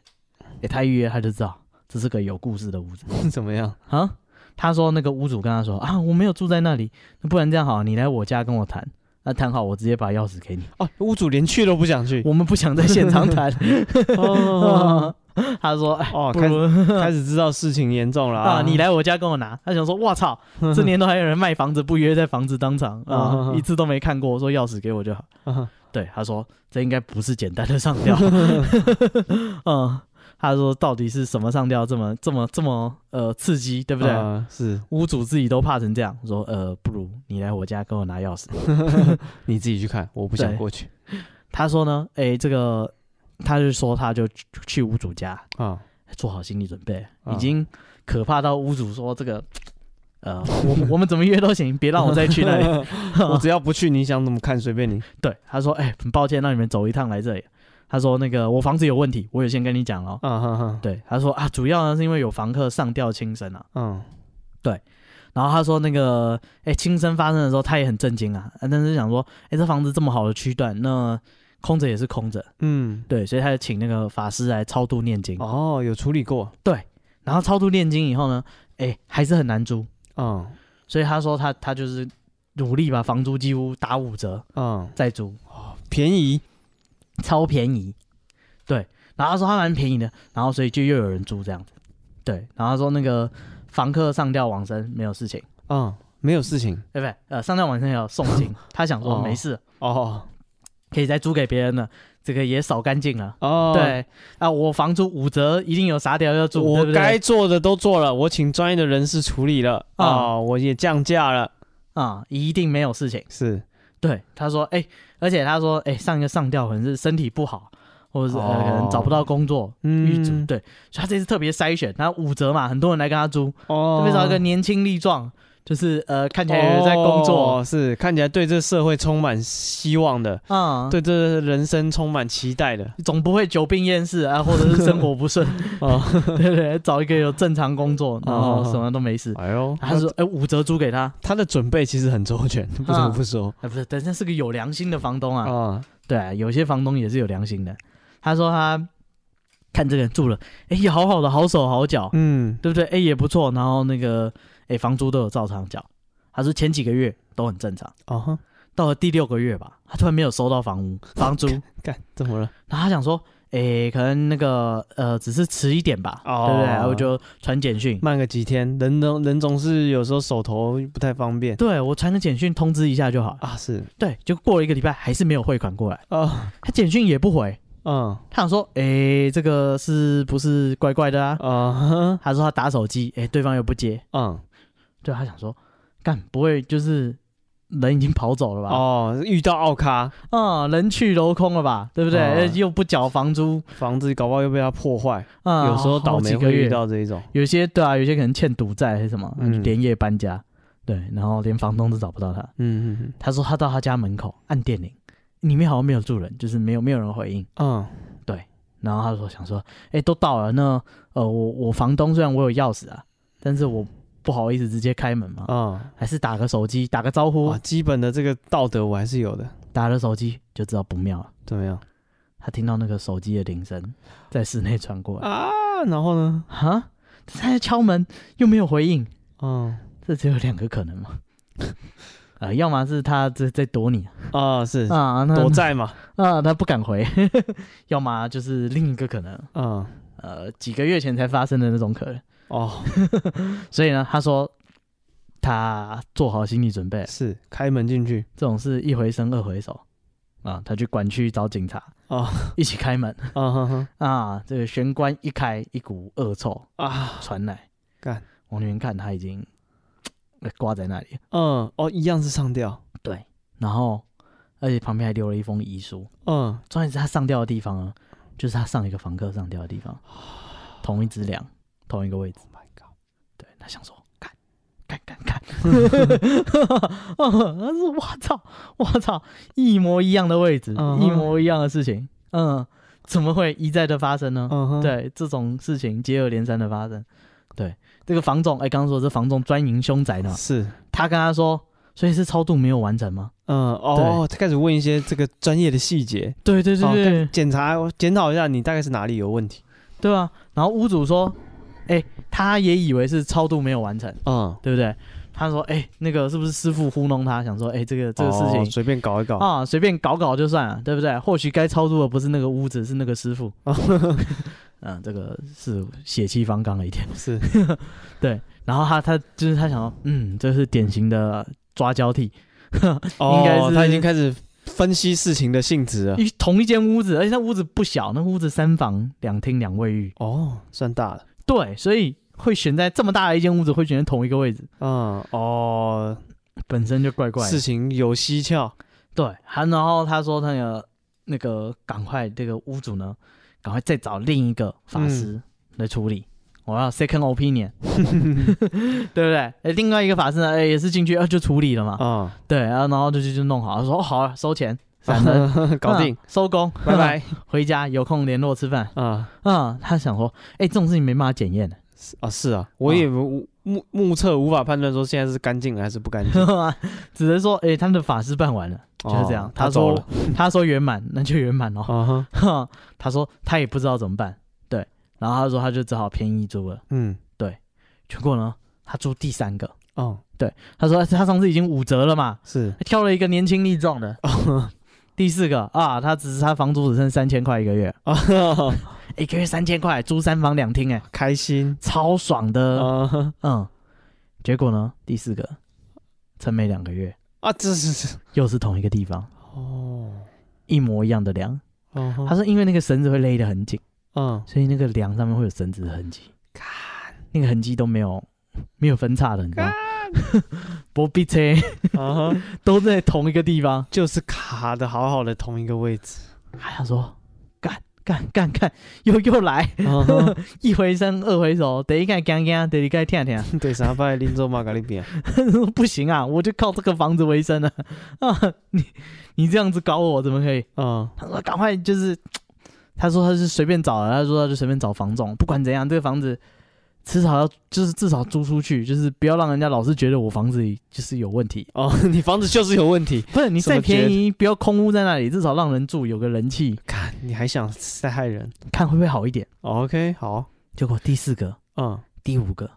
Speaker 2: 诶，他一约他就知道这是个有故事的屋主
Speaker 1: 嗯 怎么样？
Speaker 2: 啊。他说那个屋主跟他说啊，我没有住在那里，那不然这样好，你来我家跟我谈。那谈好，我直接把钥匙给 你。
Speaker 1: 哦，屋主连去都不想 去。
Speaker 2: 我们不想在现场 谈。
Speaker 1: 哦，
Speaker 2: 他说哎
Speaker 1: 哦
Speaker 2: 不
Speaker 1: 开
Speaker 2: 如
Speaker 1: 开始知道事情严重了
Speaker 2: 啊，你来我家跟我拿。他想说，我操，这年头还有人卖房子不约在房子当场啊，
Speaker 1: 嗯
Speaker 2: 一次都没看过。我说钥匙给我就好。
Speaker 1: 啊
Speaker 2: 对，他说这应该不是简单的上 吊。嗯，他说到底是什么上吊这么这么这么呃刺激，对不对？
Speaker 1: 啊是
Speaker 2: 屋主自己都怕成这样，说呃，不如你来我家跟我拿钥匙。
Speaker 1: 你自己去看，我不想
Speaker 2: 对
Speaker 1: 过去
Speaker 2: 他说呢，诶，这个他就说他就去去屋主家
Speaker 1: 啊。
Speaker 2: 做好心理准备，
Speaker 1: 啊
Speaker 2: 已经可怕到屋主说这个呃，我我们怎么约都行，别让我再去 那里。
Speaker 1: 我只要不去，你想怎么看随便你。
Speaker 2: 对，他说，哎、很抱歉让你们走一趟来这里。他说，那个我房子有问题，我有先跟你讲哦了。
Speaker 1: 啊哈哈，
Speaker 2: 对，他说啊，主要呢是因为有房客上吊轻生啊。
Speaker 1: 嗯，
Speaker 2: 然后他说那个，哎，轻生发生的时候，他也很震惊啊，啊但是想说，哎，这房子这么好的区段，那空着也是空着，
Speaker 1: 嗯，
Speaker 2: 对，所以他就请那个法师来超度念经。
Speaker 1: 哦，有处理过，
Speaker 2: 然后超度念经以后呢，哎，还是很难租，
Speaker 1: 嗯
Speaker 2: 所以他说他他就是努力把房租几乎打五折
Speaker 1: 嗯，
Speaker 2: 再租，
Speaker 1: 便宜，
Speaker 2: 超便宜。对，然后他说他蛮便宜的，然后所以就又有人租这样子。对，然后他说那个房客上吊往生没有事情，
Speaker 1: 嗯，没有事情，
Speaker 2: 对不对？呃，上吊往生也有 诵经，他想说
Speaker 1: 哦
Speaker 2: 没事，
Speaker 1: 哦
Speaker 2: 可以再租给别人了，这个也扫干净了。
Speaker 1: 哦，，
Speaker 2: 对啊，我房租五折，一定有傻屌要住，对
Speaker 1: 我
Speaker 2: 不对
Speaker 1: 该做的都做了，我请专业的人士处理了，
Speaker 2: 啊
Speaker 1: 啊，我也降价了，
Speaker 2: 啊、一定没有事情。
Speaker 1: 是，
Speaker 2: 对，他说，哎、而且他说，哎、上一个上吊可能是身体不好，或者是、呃、可能找不到工作，狱卒
Speaker 1: 哦嗯，
Speaker 2: 对，所以他这次特别筛选，他五折嘛，很多人来跟他租，特
Speaker 1: 哦
Speaker 2: 别找一个年轻力壮，就是呃看起来有在工作，
Speaker 1: 哦是看起来对这社会充满希望的，
Speaker 2: 啊、嗯，
Speaker 1: 对这人生充满期待的，
Speaker 2: 总不会久病厌世啊，或者是生活不顺，
Speaker 1: 哦，
Speaker 2: 对不对？找一个有正常工作，然后
Speaker 1: 哦
Speaker 2: 什么都没事。
Speaker 1: 哎呦，
Speaker 2: 他说，哎、五折租给他，
Speaker 1: 他的准备其实很周全，不得不说
Speaker 2: 哎、不是，等一下是个有良心的房东啊，
Speaker 1: 啊，
Speaker 2: 对啊、有些房东也是有良心的，他说他看这个人住了，哎、也好好的，好手好脚，
Speaker 1: 嗯，
Speaker 2: 对不对？哎、也不错，然后那个哎、房租都有照常缴，他说前几个月都很正常，
Speaker 1: 哦哈，
Speaker 2: 到了第六个月吧，他突然没有收到房屋房租，然
Speaker 1: 干怎么了？
Speaker 2: 后他想说，哎、可能那个呃只是迟一点吧，
Speaker 1: 哦
Speaker 2: 对不对？然后就传简讯，
Speaker 1: 慢个几天，人总人总是有时候手头不太方便
Speaker 2: 对我传个简讯通知一下就好了。
Speaker 1: 啊，是
Speaker 2: 对，就过了一个礼拜还是没有汇款过来，
Speaker 1: 啊，
Speaker 2: 他简讯也不回，
Speaker 1: 嗯
Speaker 2: 他想说，哎、这个是不是怪怪的啊？
Speaker 1: 啊，
Speaker 2: 他说他打手机，哎、对方又不接，
Speaker 1: 嗯，
Speaker 2: 对他想说，干不会就是人已经跑走了吧？
Speaker 1: 哦，遇到奥咖，
Speaker 2: 啊、人去楼空了吧，对不对？
Speaker 1: 啊
Speaker 2: 呃又不缴房租，
Speaker 1: 房子搞不好又被他破坏，
Speaker 2: 啊、
Speaker 1: 有时候倒
Speaker 2: 好几
Speaker 1: 霉
Speaker 2: 个
Speaker 1: 会
Speaker 2: 月
Speaker 1: 遇，到这一种，
Speaker 2: 有些对啊，有些可能欠赌债还是什么，
Speaker 1: 嗯
Speaker 2: 就连夜搬家，对，然后连房东都找不到他。
Speaker 1: 嗯嗯
Speaker 2: 他说他到他家门口按电铃，里面好像没有住人，就是没有没有人回应。
Speaker 1: 嗯，
Speaker 2: 然后他说想说，哎，都到了，那呃，我我房东虽然我有钥匙啊，但是我不好意思直接开门嘛，
Speaker 1: 啊
Speaker 2: 还是打个手机打个招呼，
Speaker 1: 啊，基本的这个道德我还是有的，
Speaker 2: 打了手机就知道不妙了。
Speaker 1: 怎么样
Speaker 2: 他听到那个手机的铃声在室内传过来，
Speaker 1: 啊？然后呢？
Speaker 2: 哈，他在敲门又没有回应，
Speaker 1: 嗯
Speaker 2: 这只有两个可能嘛。 啊、要么是他在在躲你
Speaker 1: 啊，是
Speaker 2: 啊，那
Speaker 1: 躲债嘛，
Speaker 2: 啊，他不敢回； 要么就是另一个可能，
Speaker 1: 嗯
Speaker 2: 呃，几个月前才发生的那种可能。
Speaker 1: 哦，
Speaker 2: 所以呢，他说他做好心理准备，
Speaker 1: 是开门进 去
Speaker 2: 这种事一回生二回熟啊。他去管区找警察
Speaker 1: 哦，
Speaker 2: 一起开门
Speaker 1: 啊哈哈
Speaker 2: 啊。这个玄关一开，一股恶臭
Speaker 1: 啊，
Speaker 2: 传来，
Speaker 1: 干
Speaker 2: 往里面看，他已经挂在那里了。
Speaker 1: 嗯哦，一样是上吊，
Speaker 2: 对，然后而且旁边还留了一封遗书，
Speaker 1: 嗯
Speaker 2: 重点是他上吊的地方啊，就是他上一个房客上吊的地方，同一只梁，同一个位置。
Speaker 1: ，Oh my god，
Speaker 2: 对他想说，干干干干， 他说我操我操，一模一样的位置
Speaker 1: 嗯哼
Speaker 2: 一模一样的事情，嗯，怎么会一再的发生呢？
Speaker 1: 嗯哼，
Speaker 2: 对，这种事情接二连三的发生。对，这个房总，哎，刚刚说这房仲专营凶宅呢，
Speaker 1: 是，
Speaker 2: 他跟他说，所以是超度没有完成吗？
Speaker 1: 嗯哦，他开始问一些这个专业的细节，
Speaker 2: 对对对
Speaker 1: 哦
Speaker 2: 对、
Speaker 1: 检查检讨一下你大概是哪里有问题，
Speaker 2: 对啊！然后屋主说：“哎、他也以为是超度没有完成，
Speaker 1: 嗯，
Speaker 2: 对不对？”他说：“哎、那个是不是师傅糊弄他？想说，哎、这个这个事
Speaker 1: 哦
Speaker 2: 情、
Speaker 1: 随便搞一搞，
Speaker 2: 啊，随便搞搞就算了，对不对？或许该超度的不是那个屋子，是那个师傅。 嗯，这个是血气方刚了一点。
Speaker 1: 是，
Speaker 2: 然后他他就是他想说，嗯，这是典型的抓交替，
Speaker 1: 哦
Speaker 2: 应该是
Speaker 1: 他已经开始分析事情的性质了，
Speaker 2: 一同一间屋子，而且那屋子不小，那屋子三房两厅两卫浴，
Speaker 1: 哦，算大了，
Speaker 2: 对，所以会选在这么大的一间屋子，会选在同一个位置，
Speaker 1: 嗯哦，
Speaker 2: 本身就怪怪的。
Speaker 1: 事情有蹊跷，
Speaker 2: 对，还然后他说那个那
Speaker 1: 嗯
Speaker 2: 个赶快这个屋主呢，赶快再找另一个法师来处理。我要 second opinion，对不对？哎、另外一个法师呢，哎、也是进去，啊，就处理了嘛，
Speaker 1: 啊，
Speaker 2: 对，然后然后就就就弄好，说哦好啊，收钱，闪灯，
Speaker 1: 搞定
Speaker 2: 嗯，收工，
Speaker 1: 拜，
Speaker 2: 嗯
Speaker 1: 拜
Speaker 2: 回家有空联络吃饭。
Speaker 1: 啊
Speaker 2: 嗯，他想说，哎、这种事情没办法检验的，
Speaker 1: 啊！是啊，我也无目目测无法判断说现在是干净了还是不干净，
Speaker 2: 只能说，哎、他们的法师办完了， 就是这样。
Speaker 1: 哦
Speaker 2: 他
Speaker 1: 他走
Speaker 2: 说
Speaker 1: 了，
Speaker 2: 他说圆满，那就圆满哦。
Speaker 1: 啊哈，
Speaker 2: 他说他也不知道怎么办， 对，然后他说他就只好便宜租了。
Speaker 1: 嗯，
Speaker 2: 结果呢，他租第三个，
Speaker 1: 哦，
Speaker 2: 他说他上次已经五折了嘛，
Speaker 1: 是
Speaker 2: 他挑了一个年轻力壮的。第四个啊，他只是他房租只剩三千块一个月，
Speaker 1: 啊，
Speaker 2: 一个月三千块租三房两厅，哎，
Speaker 1: 开心
Speaker 2: 超爽的。
Speaker 1: 啊哈
Speaker 2: 嗯，结果呢，第四个，陈美两个月
Speaker 1: 啊，这是
Speaker 2: 又是同一个地方，
Speaker 1: 哦，
Speaker 2: 一模一样的梁。
Speaker 1: 啊
Speaker 2: 他
Speaker 1: 哈，
Speaker 2: 说因为那个绳子会勒得很紧，
Speaker 1: 嗯，
Speaker 2: 所以那个梁上面会有绳子的痕迹，那个痕迹都没有没有分叉的，你知道吗？ 不必车
Speaker 1: 啊哈，
Speaker 2: 都在同一个地方。
Speaker 1: 就是卡的好好的同一个位置，
Speaker 2: 还想说干干干干，又又来，
Speaker 1: 啊哈
Speaker 2: 一回生二回熟，第一个干干，第二个听 听。
Speaker 1: 对，啥拜林州玛格丽比啊，
Speaker 2: 不行啊，我就靠这个房子为生啊！ 啊，你你这样子搞我怎么可以？
Speaker 1: 啊
Speaker 2: 他说赶快就是，他说他是随便找的，他说他就随便找房仲，不管怎样，这个房子至少要就是至少租出去，就是不要让人家老是觉得我房子里就是有问题。
Speaker 1: 哦， 你房子就是有问题，
Speaker 2: 不是你
Speaker 1: 什么
Speaker 2: 再便
Speaker 1: 觉
Speaker 2: 宜，不要空屋在那里，至少让人住，有个人气，
Speaker 1: 看你还想再害人
Speaker 2: 看会不会好一点。
Speaker 1: 哦，OK，好，
Speaker 2: 结果第四个、
Speaker 1: 嗯，
Speaker 2: 第五个、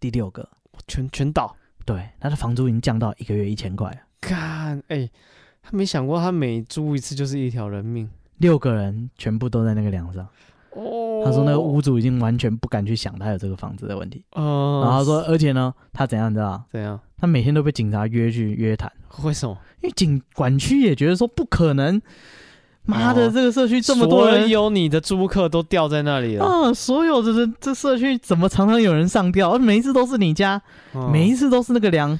Speaker 2: 第六个，
Speaker 1: 全全倒。
Speaker 2: 对，他的房租已经降到一个月一千块了，
Speaker 1: 看，哎、他没想过他每租一次就是一条人命。
Speaker 2: 六个人全部都在那个梁上。
Speaker 1: 哦
Speaker 2: 他说那个屋主已经完全不敢去想他有这个房子的问题，
Speaker 1: 呃，
Speaker 2: 然后他说而且呢，他怎样你知道吗？
Speaker 1: 怎样？
Speaker 2: 他每天都被警察约去约谈，
Speaker 1: 为什么？
Speaker 2: 因为警管区也觉得说不可能，妈的，
Speaker 1: 哦
Speaker 2: 这个社区这么多
Speaker 1: 所
Speaker 2: 人
Speaker 1: 有你的租客都掉在那里了，
Speaker 2: 啊，所有的人这社区怎么常常有人上吊？而每一次都是你家，
Speaker 1: 嗯
Speaker 2: 每一次都是那个梁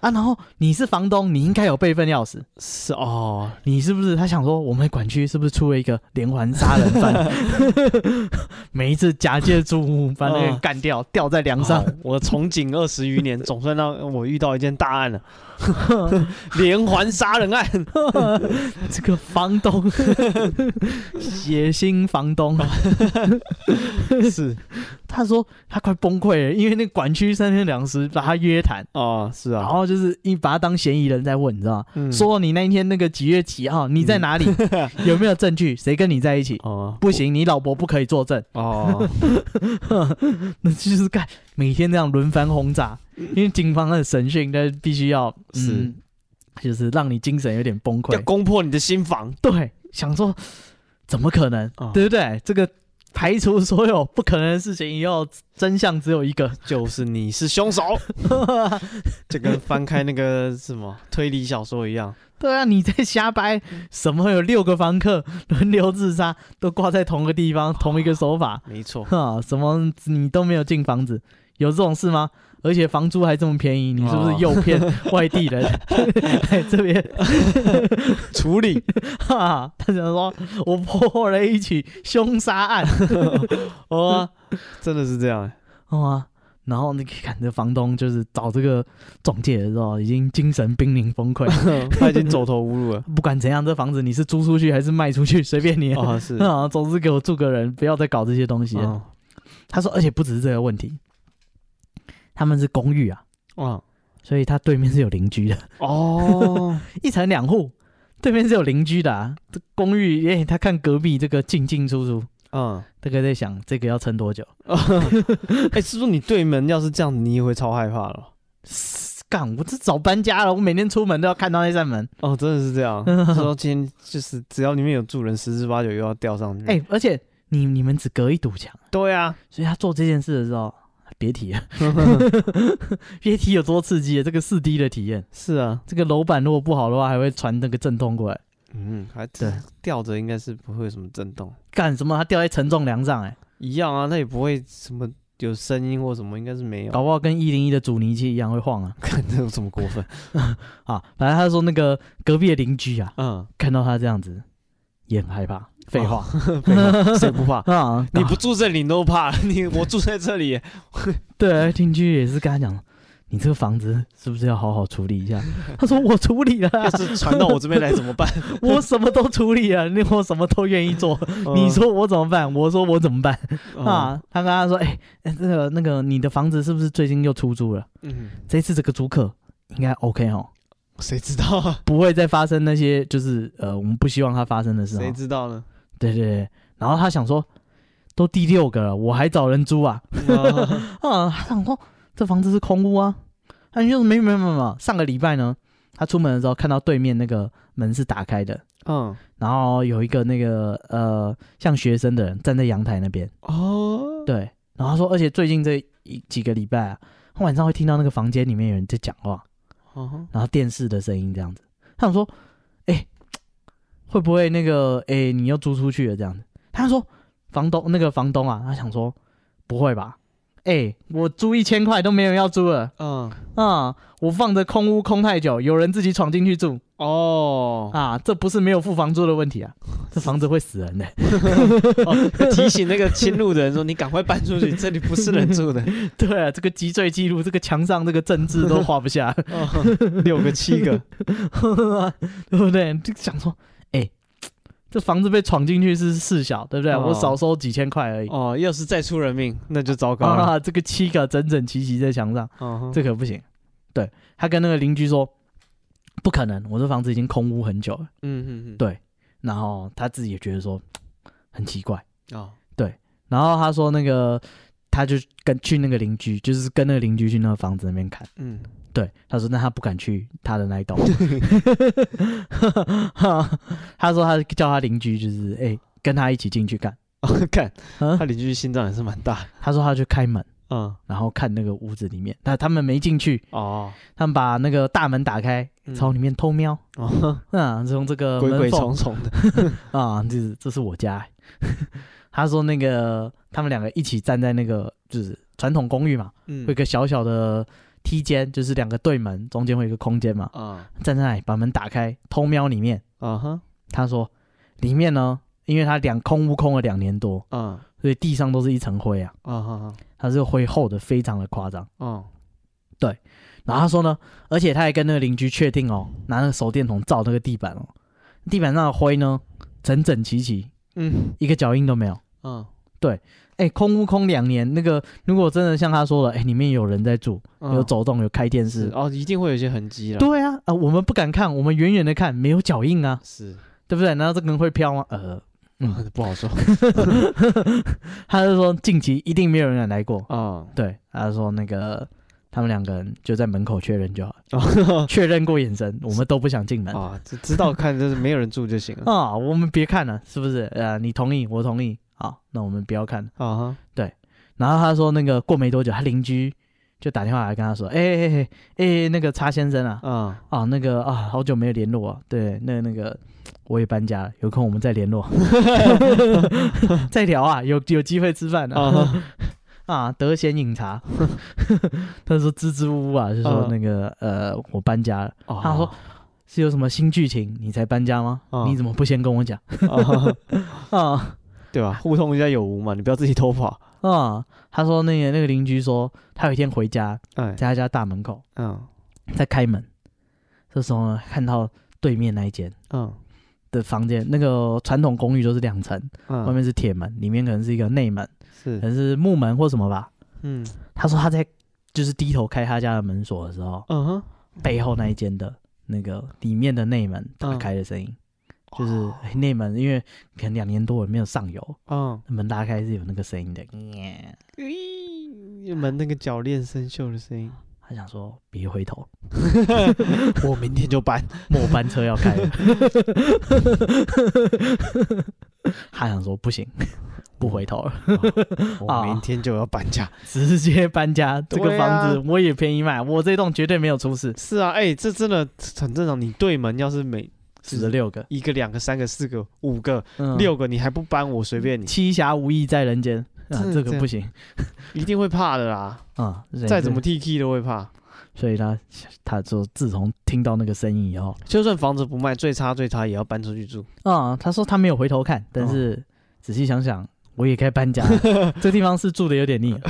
Speaker 2: 啊，然后你是房东，你应该有备份钥匙，
Speaker 1: 是哦，
Speaker 2: 你是不是？他想说我们管区是不是出了一个连环杀人犯？ 每一次假借租屋把那个
Speaker 1: 哦
Speaker 2: 干掉，吊在梁上
Speaker 1: 好。我从警二十余年，总算让我遇到一件大案了，连环杀人案。
Speaker 2: 这个房东血腥房 东，
Speaker 1: 是
Speaker 2: 他说他快崩溃了，因为那管区三天两时把他约谈，
Speaker 1: 哦，是
Speaker 2: 然
Speaker 1: 啊，
Speaker 2: 后就是一把他当嫌疑人在问，你知道吗？
Speaker 1: 嗯
Speaker 2: 说你那一天那个几月几号，你在哪里， 有没有证据，谁跟你在一起？
Speaker 1: 哦
Speaker 2: 不行，你老婆不可以作证，
Speaker 1: 哦，
Speaker 2: 那就是干每天这样轮番轰炸，因为警方的审讯，他必须要嗯，就是让你精神有点崩溃
Speaker 1: 要，攻破你的心房。
Speaker 2: 对，想说怎么可能，
Speaker 1: 哦
Speaker 2: 对不对？这个排除所有不可能的事情以后，真相只有一个。
Speaker 1: 就是你是凶手，就跟翻开那个什么推理小说一样。
Speaker 2: 对啊，你在瞎掰，什么有六个房客轮流自杀，都挂在同个地方，同一个手法，
Speaker 1: 没错，
Speaker 2: 哈，什么你都没有进房子，有这种事吗？而且房租还这么便宜，你是不是
Speaker 1: 哦
Speaker 2: 诱骗外地人来这边？
Speaker 1: 处理
Speaker 2: 哈、他想说，我破了一起凶杀案，
Speaker 1: 哦，真的是这样欸。。
Speaker 2: 哦啊，然后你看这房东就是找这个中介的时候，已经精神濒临崩溃
Speaker 1: 欸他已经走投无路了。
Speaker 2: 不管怎样，这房子你是租出去还是卖出去，随便你。
Speaker 1: 哦， 是，
Speaker 2: 啊，总之给我住个人，不要再搞这些东西了。
Speaker 1: 哦，
Speaker 2: 他说，而且不只是这个问题，他们是公寓啊，
Speaker 1: 哦，
Speaker 2: 所以他对面是有邻居的，
Speaker 1: 哦，
Speaker 2: 一层两户，对面是有邻居的、啊。这公寓，耶、他看隔壁这个进进出出，
Speaker 1: 嗯，
Speaker 2: 这个在想这个要撑多久？
Speaker 1: 哎，是不是你对门要是这样，你也会超害怕了？
Speaker 2: 干，我这早搬家了，我每天出门都要看到那扇门。
Speaker 1: 哦，真的是这 样。说今天就是只要里面有住人，十之八九又要掉上去。
Speaker 2: 哎、，而且你你们只隔一堵墙。
Speaker 1: 对啊，
Speaker 2: 所以他做这件事的时候，别提了，别提有多刺激了。这个四 D 的体验，
Speaker 1: 是啊，
Speaker 2: 这个楼板如果不好的话，还会传那个震动过来。
Speaker 1: 嗯，还
Speaker 2: 对
Speaker 1: 吊着应该是不会有什么震动。
Speaker 2: 干什么？它掉在承重梁上、欸，
Speaker 1: 一样啊，那也不会什么有声音或什么，应该是没有。
Speaker 2: 搞不好跟一零一的阻尼器一样会晃啊！
Speaker 1: 看这有什么过分？
Speaker 2: 啊，反正他说那个隔壁的邻居啊，
Speaker 1: 嗯，
Speaker 2: 看到他这样子，也很害怕。废话？
Speaker 1: 哦废 话谁不怕
Speaker 2: 啊，
Speaker 1: 你
Speaker 2: 搞
Speaker 1: 不住这里你都怕，你我住在这里，
Speaker 2: 对，邻居也是跟他讲，你这个房子是不是要好好处理一下？他说我处理了啊、
Speaker 1: 要是传到我这边来怎 么办？
Speaker 2: 我什么都处理了，你我什么都愿意做。你说我怎么办？我说我怎么办
Speaker 1: 嗯
Speaker 2: 啊？他跟他说，哎、那、这个那个，你的房子是不是最近又出租了？
Speaker 1: 嗯，
Speaker 2: 这次这个租客应该 OK 哦，
Speaker 1: 谁知道啊？
Speaker 2: 不会再发生那些就是呃我们不希望它发生的事哦。
Speaker 1: 谁知道 呢？
Speaker 2: 对对对，然后他想说，都第六个了，我还找人租啊？
Speaker 1: 啊
Speaker 2: 啊，他想说这房子是空屋啊，他就是没没没没，上个礼拜呢，他出门的时候看到对面那个门是打开的，
Speaker 1: 嗯，
Speaker 2: 然后有一个那个呃像学生的人站在阳台那边，
Speaker 1: 哦，
Speaker 2: 对，然后他说，而且最近这一几个礼拜啊，他晚上会听到那个房间里面有人在讲话，
Speaker 1: 哦
Speaker 2: 然后电视的声音这样子，他想说，哎、会不会那个哎、你又租出去了这样子？他说房东那个房东啊，他想说不会吧？哎、我租一千块都没有人要租了。
Speaker 1: 嗯，
Speaker 2: 啊、我放着空屋空太久，有人自己闯进去住
Speaker 1: 哦，
Speaker 2: 啊，这不是没有付房租的问题啊，这房子会死人的、
Speaker 1: 哦 提醒那个侵入的人说，你赶快搬出去，这里不是人住 的。
Speaker 2: 对啊，这个脊椎记录，这个墙上这个政治都画不下，
Speaker 1: 哦 六个七 个，
Speaker 2: 对不对？就想说，哎、这房子被闯进去是事小，对不对？
Speaker 1: 哦
Speaker 2: 我少收几千块而已。
Speaker 1: 哦，要是再出人命，那就糟糕了。
Speaker 2: 啊，这个七个整整齐齐在墙上，
Speaker 1: 哦，
Speaker 2: 这可不行。对他跟那个邻居说，不可能，我这房子已经空屋很久了。
Speaker 1: 嗯嗯嗯，
Speaker 2: 对然后他自己也觉得说很奇怪。
Speaker 1: 哦，
Speaker 2: 然后他说那个，他就跟去那个邻居，就是跟那个邻居去那个房子那边看。
Speaker 1: 嗯，
Speaker 2: 对，他说那他不敢去他的那一栋， 他说他叫他邻居就是哎、跟他一起进去看。
Speaker 1: 哦，看
Speaker 2: 嗯
Speaker 1: 他邻居心脏也是蛮大。
Speaker 2: 他说他去开门，
Speaker 1: 嗯，
Speaker 2: 然后看那个屋子里面，但他们没进去，
Speaker 1: 哦，
Speaker 2: 他们把那个大门打开，
Speaker 1: 嗯
Speaker 2: 朝里面偷瞄。
Speaker 1: 哦，
Speaker 2: 啊，从这个
Speaker 1: 鬼
Speaker 2: 门
Speaker 1: 鬼
Speaker 2: 缝
Speaker 1: 祟祟的。
Speaker 2: 啊，就是这是我家 欸、他说那个他们两个一起站在那个就是传统公寓嘛，
Speaker 1: 嗯
Speaker 2: 会有一个小小的梯间，就是两个对门，中间会有一个空间嘛，
Speaker 1: 啊
Speaker 2: 站在那里把门打开，偷瞄里面。
Speaker 1: 啊哈，
Speaker 2: 他说里面呢，因为他两空屋空了两年多，
Speaker 1: 啊
Speaker 2: 所以地上都是一层灰啊，
Speaker 1: 啊哈，
Speaker 2: 他是灰厚的非常的夸张。
Speaker 1: 哦，
Speaker 2: 然后他说呢，而且他还跟那个邻居确定哦，拿那个手电筒照那个地板哦，地板上的灰呢整整齐齐，
Speaker 1: 嗯，
Speaker 2: 一个脚印都没有。
Speaker 1: 嗯，
Speaker 2: 哎、空屋空两年，那个如果真的像他说的，哎、里面有人在住，
Speaker 1: 嗯
Speaker 2: 有走动，有开电视，
Speaker 1: 哦，一定会有一些痕迹了。
Speaker 2: 对啊，啊、我们不敢看，我们远远的看，没有脚印啊，
Speaker 1: 是，
Speaker 2: 对不对？难道这个人会飘吗？呃，嗯，
Speaker 1: 不好说。
Speaker 2: 他就说近期一定没有人来过，
Speaker 1: 啊，
Speaker 2: 对，他说那个他们两个人就在门口确认就好了，
Speaker 1: 哦
Speaker 2: 确认过眼神，我们都不想进门啊、哦
Speaker 1: 啊，只知道看就是没有人住就行了。
Speaker 2: 我们别看了，是不是？呃，你同意，我同意，好，那我们不要看了。
Speaker 1: 啊哈，
Speaker 2: 然后他说那个过没多久，他邻居就打电话来跟他说，哎哎哎哎，那个叉先生啊，
Speaker 1: 啊，
Speaker 2: 啊那个啊好久没有联络啊，对，那那个我也搬家了，有空我们再联络，再聊啊，有 有机会吃饭
Speaker 1: 啊
Speaker 2: 啊。
Speaker 1: 哈，
Speaker 2: 啊，得闲饮茶， 他说支支吾吾啊，就说
Speaker 1: 嗯
Speaker 2: 那个、呃，我搬家了，
Speaker 1: 哦
Speaker 2: 他说是有什么新剧情你才搬家吗？
Speaker 1: 嗯
Speaker 2: 你怎么不先跟我讲
Speaker 1: 啊，
Speaker 2: 啊？
Speaker 1: 对吧？互通一下有无嘛，你不要自己偷 跑。
Speaker 2: 啊、他说那个那个邻居说，他有一天回家，
Speaker 1: 哎，
Speaker 2: 在他家大门口
Speaker 1: 嗯
Speaker 2: 在开门，这时候呢看到对面那一间
Speaker 1: 嗯
Speaker 2: 的房间，那个传统公寓都是两层，外
Speaker 1: 嗯，
Speaker 2: 面是铁门，里面可能是一个内门，可
Speaker 1: 是，
Speaker 2: 能是木门或什么吧。
Speaker 1: 嗯
Speaker 2: 他说他在就是低头开他家的门锁的时候，
Speaker 1: 嗯哼，
Speaker 2: 背后那一间的那个里面的内门打开的
Speaker 1: 嗯
Speaker 2: 声音，就是
Speaker 1: 哇
Speaker 2: 哎内门因为可能两年多也没有上油，
Speaker 1: 嗯，
Speaker 2: 门打开是有那个声音的。
Speaker 1: 咦门那个铰链生锈的声音，
Speaker 2: 他想说别回头，
Speaker 1: 我明天就 搬。
Speaker 2: 末班车要开了。 他想说不行，
Speaker 1: 嗯
Speaker 2: 不回头了，
Speaker 1: 我明天就要搬家。
Speaker 2: 直接搬家。这个
Speaker 1: 对啊
Speaker 2: 房子我也便宜卖，我这栋绝对没有出事。
Speaker 1: 是啊，哎，这真的很正常。你对门要是每
Speaker 2: 十六个，
Speaker 1: 一个、两个、三个、四个、五个、
Speaker 2: 嗯
Speaker 1: 六个，你还不搬，我随便你，
Speaker 2: 七侠无义在人间，啊
Speaker 1: 真，的嗯
Speaker 2: 这
Speaker 1: 这
Speaker 2: 个
Speaker 1: 样
Speaker 2: 不行
Speaker 1: 一定会怕的啦。
Speaker 2: 啊！人
Speaker 1: 再怎
Speaker 2: 是
Speaker 1: 么 T K 都会怕。
Speaker 2: 所以他他说自从听到那个声音以后，
Speaker 1: 就算房子不卖，最差最差也要搬出去住。
Speaker 2: 啊、他说他没有回头看，但是
Speaker 1: 哦
Speaker 2: 仔细想想，我也该搬家 了，这地方是住的有点腻了，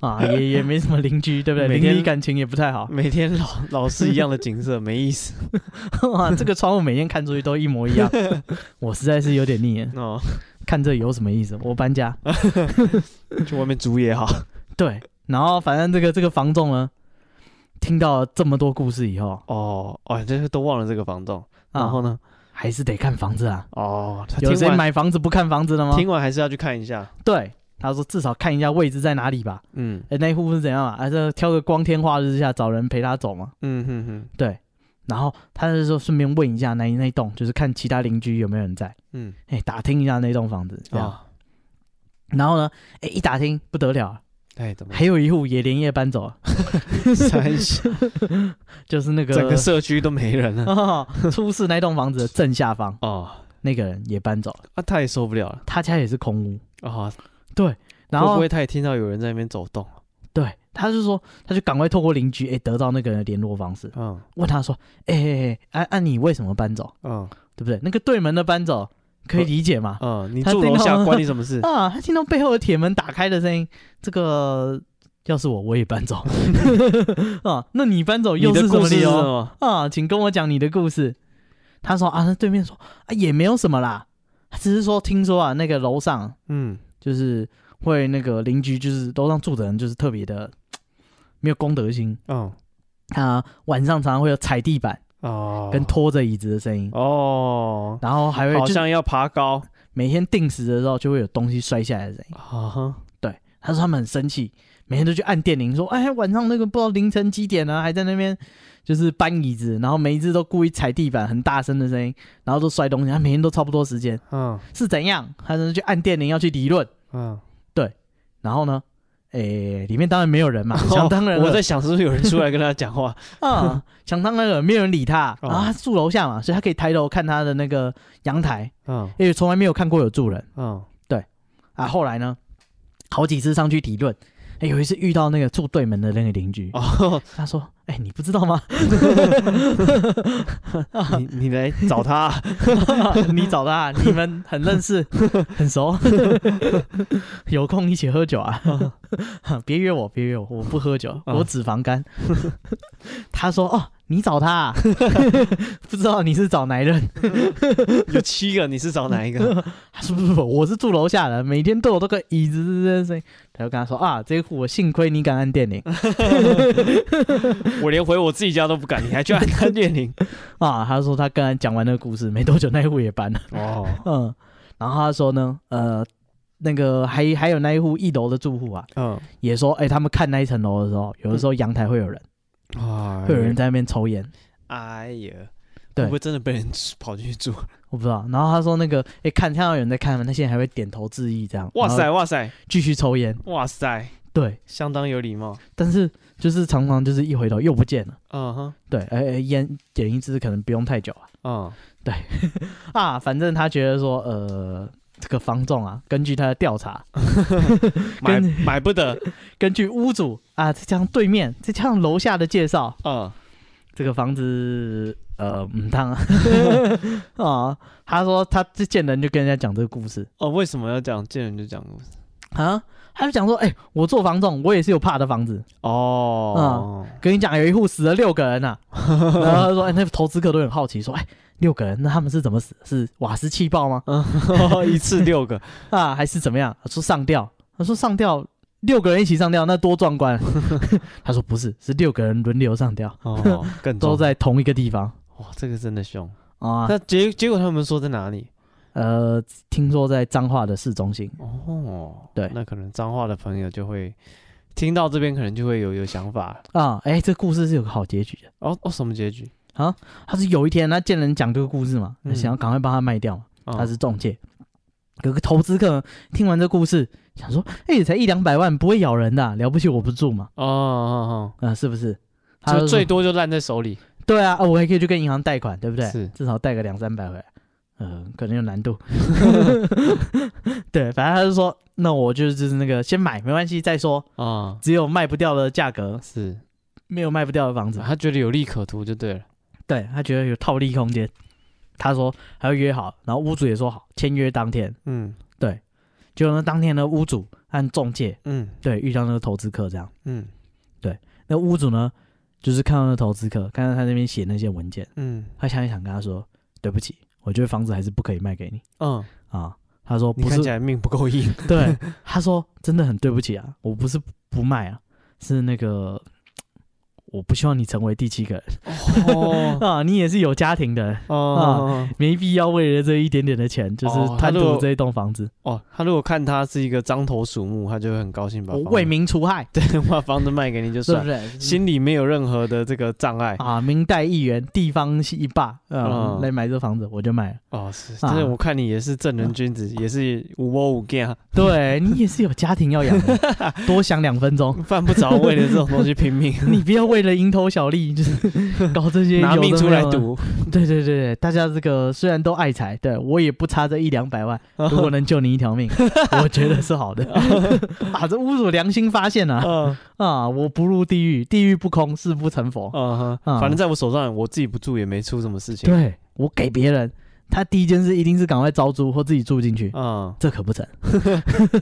Speaker 2: 啊，也也没什么邻居，对不对？
Speaker 1: 每
Speaker 2: 邻
Speaker 1: 天
Speaker 2: 里感情也不太好，
Speaker 1: 每天老老是一样的景色，没意思
Speaker 2: 哇，这个窗户每天看出去都一模一 样，我实在是有点腻了，
Speaker 1: 哦。
Speaker 2: 看这有什么意思？我搬家，
Speaker 1: 去外面租也好，
Speaker 2: 对，然后反正这个这个房仲呢，听到了这么多故事以后，
Speaker 1: 哦哦，这都忘了这个房东。
Speaker 2: 啊、
Speaker 1: 然后呢？
Speaker 2: 还是得看房子啊。
Speaker 1: 哦，他
Speaker 2: 有
Speaker 1: 听
Speaker 2: 谁
Speaker 1: 完
Speaker 2: 买房子不看房子的吗？
Speaker 1: 听完还是要去看一下。
Speaker 2: 对，他说至少看一下位置在哪里吧。
Speaker 1: 嗯
Speaker 2: 哎，那一户是怎样啊？还是挑个光天化日之下找人陪他走嘛？
Speaker 1: 嗯哼哼，
Speaker 2: 对。然后他就说顺便问一下那一那一栋，就是看其他邻居有没有人在，
Speaker 1: 嗯
Speaker 2: 哎，打听一下那栋房子这样。
Speaker 1: 啊，
Speaker 2: 然后呢，哎，一打听不得了啊，
Speaker 1: 哎，怎么
Speaker 2: 还有一户也连夜搬走了，啊
Speaker 1: 三小
Speaker 2: 就是那 个
Speaker 1: 整个社区都没人了？
Speaker 2: 哦，出事那栋房子的正下方，
Speaker 1: 哦，
Speaker 2: 那个人也搬走了，
Speaker 1: 啊，他也受不了了。
Speaker 2: 他家也是空屋。
Speaker 1: 哦，
Speaker 2: 然后
Speaker 1: 会不会他也听到有人在那边走动？
Speaker 2: 对，他就说，他就赶快透过邻居，哎、得到那个人的联络方式，
Speaker 1: 嗯
Speaker 2: 问他说，哎、哎哎，啊啊，你为什么搬走？
Speaker 1: 嗯
Speaker 2: 对不对？那个对门的搬走可以理解嘛？
Speaker 1: 嗯，你
Speaker 2: 他
Speaker 1: 住
Speaker 2: 听
Speaker 1: 楼
Speaker 2: 到
Speaker 1: 下
Speaker 2: 了
Speaker 1: 关你什么事？
Speaker 2: 啊，他听到背后的铁门打开的声音，这个要是我我也 搬走啊，那你搬走
Speaker 1: 你
Speaker 2: 又
Speaker 1: 的
Speaker 2: 是什
Speaker 1: 故
Speaker 2: 么
Speaker 1: 事
Speaker 2: 理
Speaker 1: 是什
Speaker 2: 由
Speaker 1: 么？
Speaker 2: 啊？请跟我讲你的故事。他说啊，那对面说啊也没有什么啦，他只是说听说啊那个楼上
Speaker 1: 嗯
Speaker 2: 就是会那个邻居就是楼上住的人就是特别的没有公德心，
Speaker 1: 嗯
Speaker 2: 他晚上常常会有踩地板
Speaker 1: 哦，
Speaker 2: 跟拖着椅子的声音，
Speaker 1: 哦，
Speaker 2: 然后还会
Speaker 1: 好
Speaker 2: 就是
Speaker 1: 像要爬高
Speaker 2: 每天定时的时候就会有东西摔下来的声音。
Speaker 1: 啊哈，
Speaker 2: 对，他说他们很生气，每天都去按电铃说，哎，晚上那个不知道凌晨几点啊，还在那边就是搬椅子，然后每一次都故意踩地板，很大声的声音，然后都摔东西，他每天都差不多时间，
Speaker 1: 嗯
Speaker 2: 是怎样？他就去按电铃要去理论，
Speaker 1: 嗯，
Speaker 2: 然 后呢？诶，里面当然没有人嘛，啊想当然了
Speaker 1: 哦我在想是不是有人出来跟他讲 话？
Speaker 2: 啊，想当然了，没有人理他。
Speaker 1: 哦
Speaker 2: 然后他住楼下嘛，所以他可以抬头看他的那个阳台，
Speaker 1: 嗯
Speaker 2: 因为从来没有看过有住人
Speaker 1: 嗯
Speaker 2: 啊。后来呢，好几次上去理论，哎，有一次遇到那个住对门的那个邻居，
Speaker 1: 哦，
Speaker 2: 他说：“哎，你不知道吗？
Speaker 1: 哦你你来找他
Speaker 2: 你找他啊，你们很认识，很熟， 有空一起喝酒啊！ 别约我，别约我，我不喝酒，
Speaker 1: 嗯
Speaker 2: 我脂肪肝。” 他说：“哦，你找他、啊， 不知道你是找哪一任。”
Speaker 1: 有七个，你是找哪一个？
Speaker 2: 他说不不不，我是住楼下的，每天都有那个椅子这些声音。他就跟他说啊，这一户我幸亏你敢按电铃
Speaker 1: 我连回我自己家都不敢，你还去按他电铃？
Speaker 2: 啊。他说他刚才讲完那个故事，没多久那一户也 搬了。
Speaker 1: 哦，
Speaker 2: 嗯，然后他说呢，呃，那个还还有那一户一楼的住户啊，
Speaker 1: 嗯
Speaker 2: 也说，哎、他们看那一层楼的时候，有的时候阳台会有人，
Speaker 1: 啊
Speaker 2: 会有人在那边抽烟，
Speaker 1: 哎呀，
Speaker 2: 对
Speaker 1: 会不会真的被人住跑进去住？
Speaker 2: 我不知道。然后他说那个，哎、看看到有人在看他们，那些人还会点头致意这样。
Speaker 1: 哇
Speaker 2: 然
Speaker 1: 塞
Speaker 2: 后
Speaker 1: 哇塞
Speaker 2: 继续抽烟。
Speaker 1: 哇塞，
Speaker 2: 对，
Speaker 1: 相当有礼貌。
Speaker 2: 但是就是常常就是一回头又不见了。
Speaker 1: 嗯哼，
Speaker 2: 对，哎、哎烟点一支可能不用太久
Speaker 1: 嗯
Speaker 2: 啊。啊，反正他觉得说，呃，这个房仲啊，根据他的调查，
Speaker 1: 买
Speaker 2: 跟
Speaker 1: 买不 得。
Speaker 2: 根据屋主啊，再加上对面，再加上楼下的介绍，
Speaker 1: 嗯
Speaker 2: 这个房子呃，唔当啊啊，他说他这见人就跟人家讲这个故事
Speaker 1: 哦，为什么要讲见人就讲故事？
Speaker 2: 啊，他就讲说，哎、我做房仲，我也是有怕的房子，
Speaker 1: 哦，
Speaker 2: 跟你讲，有一户死了六个人呐、啊，然后他说，哎、那投资客都很好奇，说，哎、六个人，那他们是怎么死？是瓦斯气爆吗？
Speaker 1: 一次六个，
Speaker 2: 啊，还是怎么样？他说上吊，他说上吊，六个人一起上吊，那多壮观。他说不是，是六个人轮流上吊，
Speaker 1: 哦，更
Speaker 2: 都
Speaker 1: 重。
Speaker 2: 在同一个地方
Speaker 1: 哇，这个真的凶。
Speaker 2: 啊。
Speaker 1: 那结结果他们说在哪里？
Speaker 2: 呃，听说在彰化的市中心，
Speaker 1: 哦，
Speaker 2: 对
Speaker 1: 那可能脏话的朋友就会听到这边，可能就会有有想法。
Speaker 2: 啊，哎、这故事是有个好结局的。
Speaker 1: 哦哦，什么结局？
Speaker 2: 他是有一天他见人讲这个故事嘛，
Speaker 1: 嗯
Speaker 2: 想要赶快帮他卖掉嘛，
Speaker 1: 嗯
Speaker 2: 他是中介。有个投资客听完这故事，想说：“哎、才一两百万，不会咬人的啊、了不起我不住嘛，
Speaker 1: 哦哦
Speaker 2: 啊、是不是？”
Speaker 1: 哦，
Speaker 2: 他
Speaker 1: 就
Speaker 2: 就说
Speaker 1: 最多就烂在手里。
Speaker 2: 对啊，啊我还可以去跟银行贷款，对不对？
Speaker 1: 是
Speaker 2: 至少贷个两三百回来。呃，可能有难度。 对，反正他就说，那我就是就是那个先买没关系，再说，
Speaker 1: 啊、
Speaker 2: 只有卖不掉的价格，
Speaker 1: 是
Speaker 2: 没有卖不掉的房子。
Speaker 1: 他觉得有利可图就对了，
Speaker 2: 对他觉得有套利空间，他说还要约好，然后屋主也说好，签约当天。
Speaker 1: 嗯
Speaker 2: 结果呢，当天呢，屋主按中介
Speaker 1: 嗯
Speaker 2: 对遇到那个投资客这样，
Speaker 1: 嗯
Speaker 2: 那屋主呢就是看到那投资客，看到他那边写那些文件，
Speaker 1: 嗯
Speaker 2: 他想一想跟他说，对不起，我觉得房子还是不可以卖给你
Speaker 1: 嗯，
Speaker 2: 啊。他说
Speaker 1: 你
Speaker 2: 不
Speaker 1: 看
Speaker 2: 是
Speaker 1: 起，来命不够硬，
Speaker 2: 对，他说真的很对不起啊，我不是不卖啊，是那个我不希望你成为第七个人
Speaker 1: 哦
Speaker 2: 啊，你也是有家庭的人，
Speaker 1: 哦
Speaker 2: 没必要为了这一点点的钱，就是
Speaker 1: 哦他
Speaker 2: 贪
Speaker 1: 如
Speaker 2: 图
Speaker 1: 果
Speaker 2: 这一栋房子，
Speaker 1: 哦，他如果看他是一个獐头鼠目，他就会很高兴把
Speaker 2: 我
Speaker 1: 房
Speaker 2: 为
Speaker 1: 子
Speaker 2: 民除 害，对，
Speaker 1: 把房子卖给哦你就是
Speaker 2: 不
Speaker 1: 算，
Speaker 2: 是？嗯
Speaker 1: 心里没有任何的这个障碍
Speaker 2: 啊，明代议员地方一霸，呃，
Speaker 1: 嗯
Speaker 2: 来买这房子，我就买了。
Speaker 1: 哦，是，但是
Speaker 2: 啊
Speaker 1: 我看你也是正人君子，也是无谋无见啊，
Speaker 2: 对你也是有家庭要养的，多想两分钟，
Speaker 1: 犯不着为了这种东西拼命，
Speaker 2: 你不要为了蝇头小利，就是 搞这些
Speaker 1: 拿
Speaker 2: 有
Speaker 1: 命
Speaker 2: 的
Speaker 1: 出
Speaker 2: 没
Speaker 1: 来
Speaker 2: 有的。
Speaker 1: 赌，
Speaker 2: 对对对对，大家这个虽然都爱财，对我也不差这一两 百万，如果能救你一条命，我觉得是好的。 啊，这侮辱良心发现 了
Speaker 1: 嗯
Speaker 2: 啊！我不入地狱，地狱不空，誓不成佛。
Speaker 1: 嗯哼，
Speaker 2: 啊
Speaker 1: 反正在我手上，我自己不住也没出什么事情，
Speaker 2: 对我给别人，他第一件事一定是赶快招租或自己住进去，
Speaker 1: 嗯，
Speaker 2: 这可不成。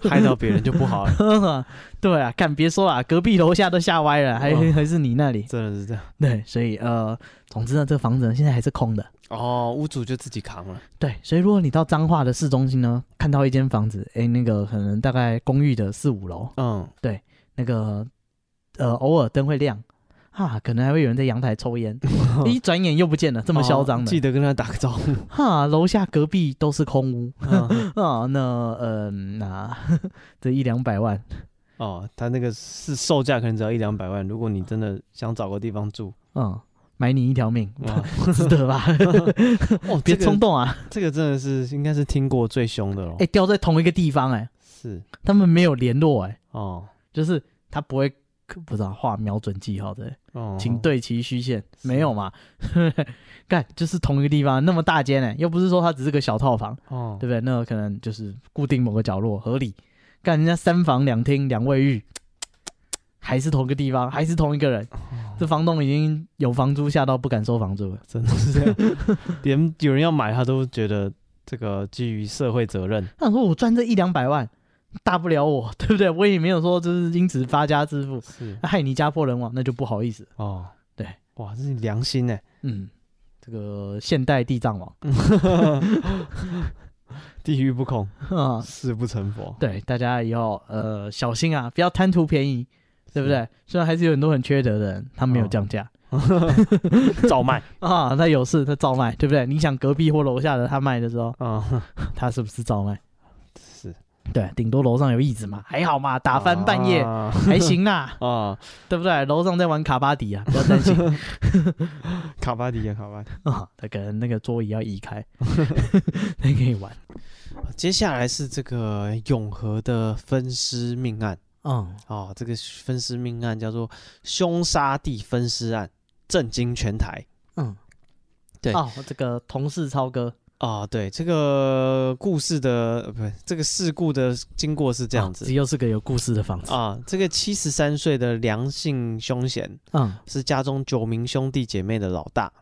Speaker 1: 害到别人就不好了，
Speaker 2: 对啊，干别说啊，隔壁楼下都吓歪了，还、
Speaker 1: 哦
Speaker 2: 还是你那里。
Speaker 1: 真的是这样。
Speaker 2: 对，所以呃，总之呢，这个房子呢现在还是空的。
Speaker 1: 哦，屋主就自己扛了，
Speaker 2: 对，所以如果你到彰化的市中心呢，看到一间房子，哎，那个可能大概公寓的四五楼，
Speaker 1: 嗯，
Speaker 2: 那个呃偶尔灯会亮啊，可能还会有人在阳台抽 烟，一转眼又不见了，这
Speaker 1: 这
Speaker 2: 么嚣张
Speaker 1: 哦记
Speaker 2: 的。
Speaker 1: 得跟他打个招呼。
Speaker 2: 哈、楼下隔壁都是空屋
Speaker 1: 嗯
Speaker 2: 啊，那呃，那 这一两百万
Speaker 1: 哦，他那个是售价可能只要一两百万，如果你真的想找个地方 住，
Speaker 2: 嗯，买你一条命，
Speaker 1: 哇
Speaker 2: 值得吧？
Speaker 1: 哦，
Speaker 2: 别
Speaker 1: 这个哦
Speaker 2: 冲动啊！
Speaker 1: 这个真的是应该是听过最凶的了
Speaker 2: 哎、，掉在同一个地方、哎，
Speaker 1: 是
Speaker 2: 他们没有联络、哎，
Speaker 1: 哦
Speaker 2: 就是他不会不知道画瞄准记号的、哎
Speaker 1: 哦，
Speaker 2: 请对齐虚线，
Speaker 1: 是
Speaker 2: 没有嘛？ 干，就是同一个地方，那么大间呢、哎又不是说它只是个小套房，
Speaker 1: 哦
Speaker 2: 对，不对？那可能就是固定某个角落，合理。干，人家三房两厅两卫浴，还是同一个地方，还是同一个人，
Speaker 1: 哦
Speaker 2: 这房东已经有房租吓到不敢收房租了。
Speaker 1: 真的是这样，连有人要买他都觉得这个基于社会责任，
Speaker 2: 他想说，我赚这一两百万，大不了我， 对不对？我也没有说就是因此发家致富，
Speaker 1: 是
Speaker 2: 害你家破人亡，那就不好意思。
Speaker 1: 哦，
Speaker 2: 对，
Speaker 1: 哇，这是良心 哎，
Speaker 2: 嗯，这个现代地藏 王
Speaker 1: 地狱不空，
Speaker 2: 啊，
Speaker 1: 誓不成佛，
Speaker 2: 对大家以后呃小心啊，不要贪图便宜，对不对？虽然还是有很多很缺德的人，他没有
Speaker 1: 哦
Speaker 2: 降价、
Speaker 1: 是？照 卖
Speaker 2: 啊，他有事他照卖，对不对？你想隔壁或楼下的他卖的时候，
Speaker 1: 啊，
Speaker 2: 他是不是照卖？
Speaker 1: 是
Speaker 2: 对，顶多楼上有椅子嘛，还好嘛，打翻半夜、
Speaker 1: 啊
Speaker 2: 还行啦，
Speaker 1: 啊，
Speaker 2: 对不对？楼上在玩卡巴迪啊，不要担 心。
Speaker 1: 卡巴迪啊，卡巴迪。
Speaker 2: 啊，他可能那个桌椅要移 开，才可以玩。
Speaker 1: 啊接下来是这个永和的分尸命案
Speaker 2: 嗯，
Speaker 1: 啊、这个分尸命案叫做凶杀地分尸案，震惊全台
Speaker 2: 嗯，
Speaker 1: 对
Speaker 2: 哦，这个同事超哥
Speaker 1: 啊、对，这个故事的呃不是这个事故的经过是这样
Speaker 2: 啊这
Speaker 1: 子
Speaker 2: 又是个有故事的房子。
Speaker 1: 啊、这个七十三岁的梁姓凶嫌
Speaker 2: 嗯
Speaker 1: 是家中九名兄弟姐妹的老大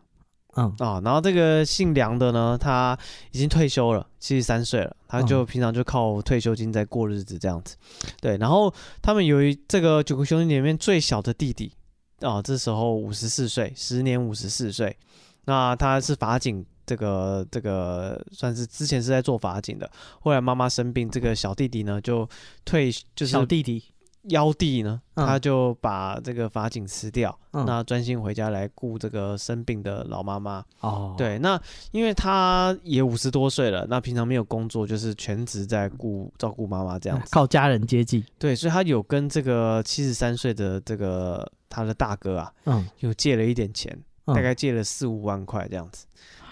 Speaker 2: 嗯
Speaker 1: 啊、然后这个姓梁的呢，他已经退休了，七十三岁了，他
Speaker 2: 嗯
Speaker 1: 就平常就靠退休金在过日子这样子。对，然后他们有一这个九个兄弟里面最小的弟弟啊、这时候五十四岁，时年五十四岁，那他是法警。这个这个算是之前是在做法警的，后来妈妈生病，这个小弟弟呢就退，就是
Speaker 2: 小弟弟，
Speaker 1: 幺弟呢，
Speaker 2: 嗯
Speaker 1: 他就把这个法警辞掉，
Speaker 2: 嗯
Speaker 1: 那专心回家来顾这个生病的老妈妈。
Speaker 2: 哦，
Speaker 1: 对，那因为他也五十多岁了，那平常没有工作，就是全职在顾照顾妈妈这样子。
Speaker 2: 嗯靠家人接济。
Speaker 1: 对，所以他有跟这个七十三岁的这个他的大哥啊，
Speaker 2: 嗯，
Speaker 1: 有借了一点钱，
Speaker 2: 嗯
Speaker 1: 大概借了四五万块这样子。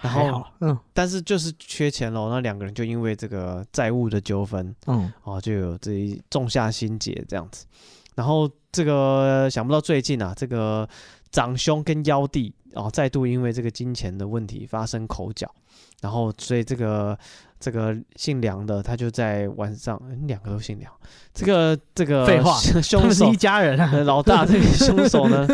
Speaker 1: 然
Speaker 2: 还
Speaker 1: 后，
Speaker 2: 好，嗯
Speaker 1: 但是就是缺钱喽，那两个人就因为这个债务的纠纷，
Speaker 2: 嗯
Speaker 1: 哦，就有这一种下心结这样子。然后这个想不到最近啊，这个长兄跟幺弟哦，再度因为这个金钱的问题发生口角，然后所以这个这个姓梁的他就在晚上，诶两个都姓梁，这个这个
Speaker 2: 废话 他
Speaker 1: 凶
Speaker 2: 们是
Speaker 1: 手
Speaker 2: 一家人啊。
Speaker 1: 呃老大这个凶手 呢，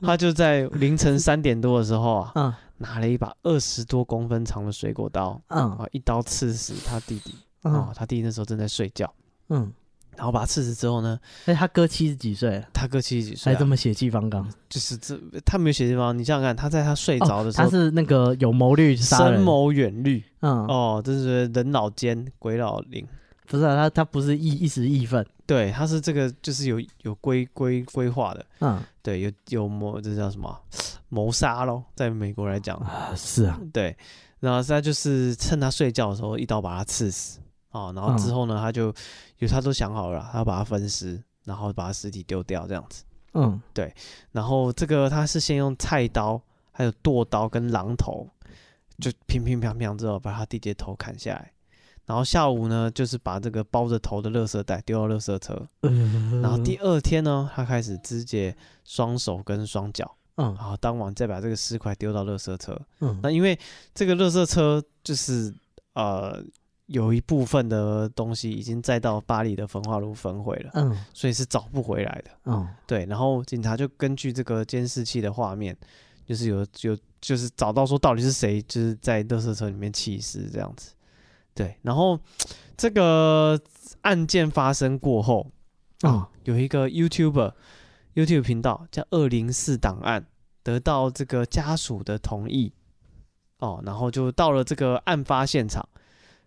Speaker 1: 他就在凌晨三点多的时候啊，
Speaker 2: 嗯
Speaker 1: 拿了一把二十多公分长的水果刀
Speaker 2: 嗯
Speaker 1: 啊，一刀刺死他弟弟啊、
Speaker 2: 嗯
Speaker 1: 他弟弟那时候正在睡觉，
Speaker 2: 嗯，
Speaker 1: 然后把他刺死之后呢，
Speaker 2: 哎，他哥七十几岁了，
Speaker 1: 他哥七十几岁、啊
Speaker 2: 还这，么血气方刚。
Speaker 1: 就是这他没有写地方，你想想看，他在他睡着的时
Speaker 2: 哦他
Speaker 1: 候，
Speaker 2: 是那个有谋略杀人
Speaker 1: 深。谋远虑
Speaker 2: 嗯，
Speaker 1: 哦，真是人老奸鬼老灵。
Speaker 2: 不是啊他，他不是义一时义愤。
Speaker 1: 对，他是这个就是有有规规规划的，
Speaker 2: 嗯
Speaker 1: 对，有有谋这叫什么啊谋杀咯，在美国来讲，
Speaker 2: 啊，是啊，
Speaker 1: 对，然后他就是趁他睡觉的时候一刀把他刺死哦，然后之
Speaker 2: 嗯
Speaker 1: 后呢，他就有他都想好了啦，他把他分尸，然后把他尸体丢掉这样子。
Speaker 2: 嗯
Speaker 1: 然后这个他是先用菜刀，还有剁刀跟榔头，就乒乒乓乓之后把他弟弟的头砍下来。然后下午呢，就是把这个包着头的垃圾袋丢到垃圾车。呃
Speaker 2: 嗯
Speaker 1: 然后第二天呢，他开始肢解双手跟双脚，
Speaker 2: 嗯
Speaker 1: 然后当晚再把这个尸块丢到垃圾车。
Speaker 2: 嗯
Speaker 1: 那因为这个垃圾车就是呃有一部分的东西已经载到巴黎的焚化炉焚毁了，
Speaker 2: 嗯
Speaker 1: 所以是找不回来的。
Speaker 2: 嗯
Speaker 1: 对，然后警察就根据这个监视器的画面，就是有有就是找到说到底是谁就是在垃圾车里面弃尸这样子。对，然后这个案件发生过后，
Speaker 2: 嗯
Speaker 1: 有一个 YouTuber YouTube 频道叫二零四档案，得到这个家属的同意哦，然后就到了这个案发现场，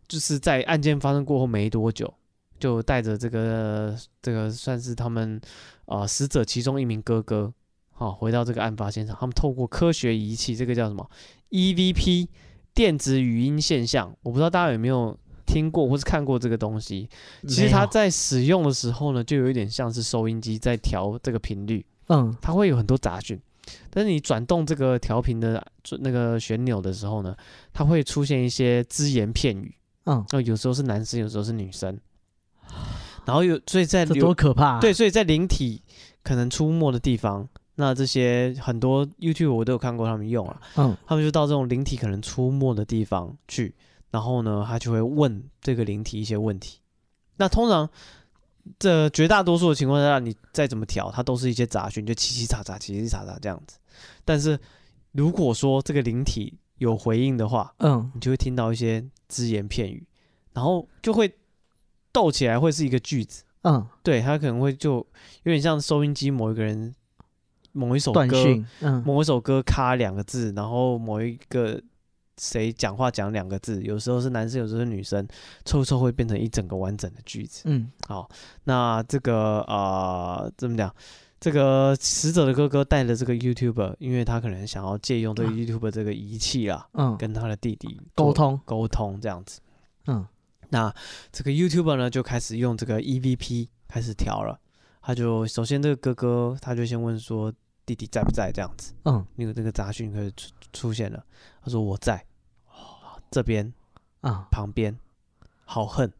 Speaker 1: 就是在案件发生过后没多久，就带着这个这个算是他们呃死者其中一名哥哥。好、回到这个案发现场，他们透过科学仪器，这个叫什么 EVP 电子语音现象，我不知道大家有没有听过或是看过这个东西。其实它
Speaker 2: 他
Speaker 1: 在使用的时候呢，就有一点像是收音机在调这个频率，
Speaker 2: 嗯
Speaker 1: 它会有很多杂讯。但是你转动这个调频的那个旋钮的时候呢，它会出现一些只言片语，
Speaker 2: 嗯，
Speaker 1: 那有时候是男生，有时候是女生。然后有，所以在
Speaker 2: 这
Speaker 1: 流
Speaker 2: 多可怕啊！
Speaker 1: 对，所以在灵体可能出没的地方，那这些很多 YouTube 我都有看过他们用啊，
Speaker 2: 嗯
Speaker 1: 他们就到这种灵体可能出没的地方去，然后呢，他就会问这个灵体一些问题。那通常这绝大多数的情况下，你再怎么调，它都是一些杂讯，就七七杂杂、七七杂杂这样子。但是如果说这个灵体有回应的话，
Speaker 2: 嗯
Speaker 1: 你就会听到一些只言片语，然后就会斗起来，会是一个句子。
Speaker 2: 嗯，
Speaker 1: 对他可能会就有点像收音机某一个人某一首
Speaker 2: 断
Speaker 1: 歌
Speaker 2: 讯，嗯
Speaker 1: 某一首歌咔两个字，然后某一个谁讲话讲两个字，有时候是男生，有时候是女生，凑一凑会变成一整个完整的句子。
Speaker 2: 嗯
Speaker 1: 那这个呃，怎么讲？这个死者的哥哥带了这个 YouTuber，因为他可能想要借用这个
Speaker 2: 啊
Speaker 1: YouTuber 这个仪器啊，
Speaker 2: 嗯，
Speaker 1: 跟他的弟弟
Speaker 2: 沟
Speaker 1: 做
Speaker 2: 通，
Speaker 1: 沟通这样子。
Speaker 2: 嗯
Speaker 1: 那这个 YouTuber 呢，就开始用这个 EVP 开始调了。他就首先这个哥哥，他就先问说弟弟在不在这样子。
Speaker 2: 嗯
Speaker 1: 那个那个杂讯开始出出现了。他说我在，哦这边
Speaker 2: 啊
Speaker 1: 旁边，好恨。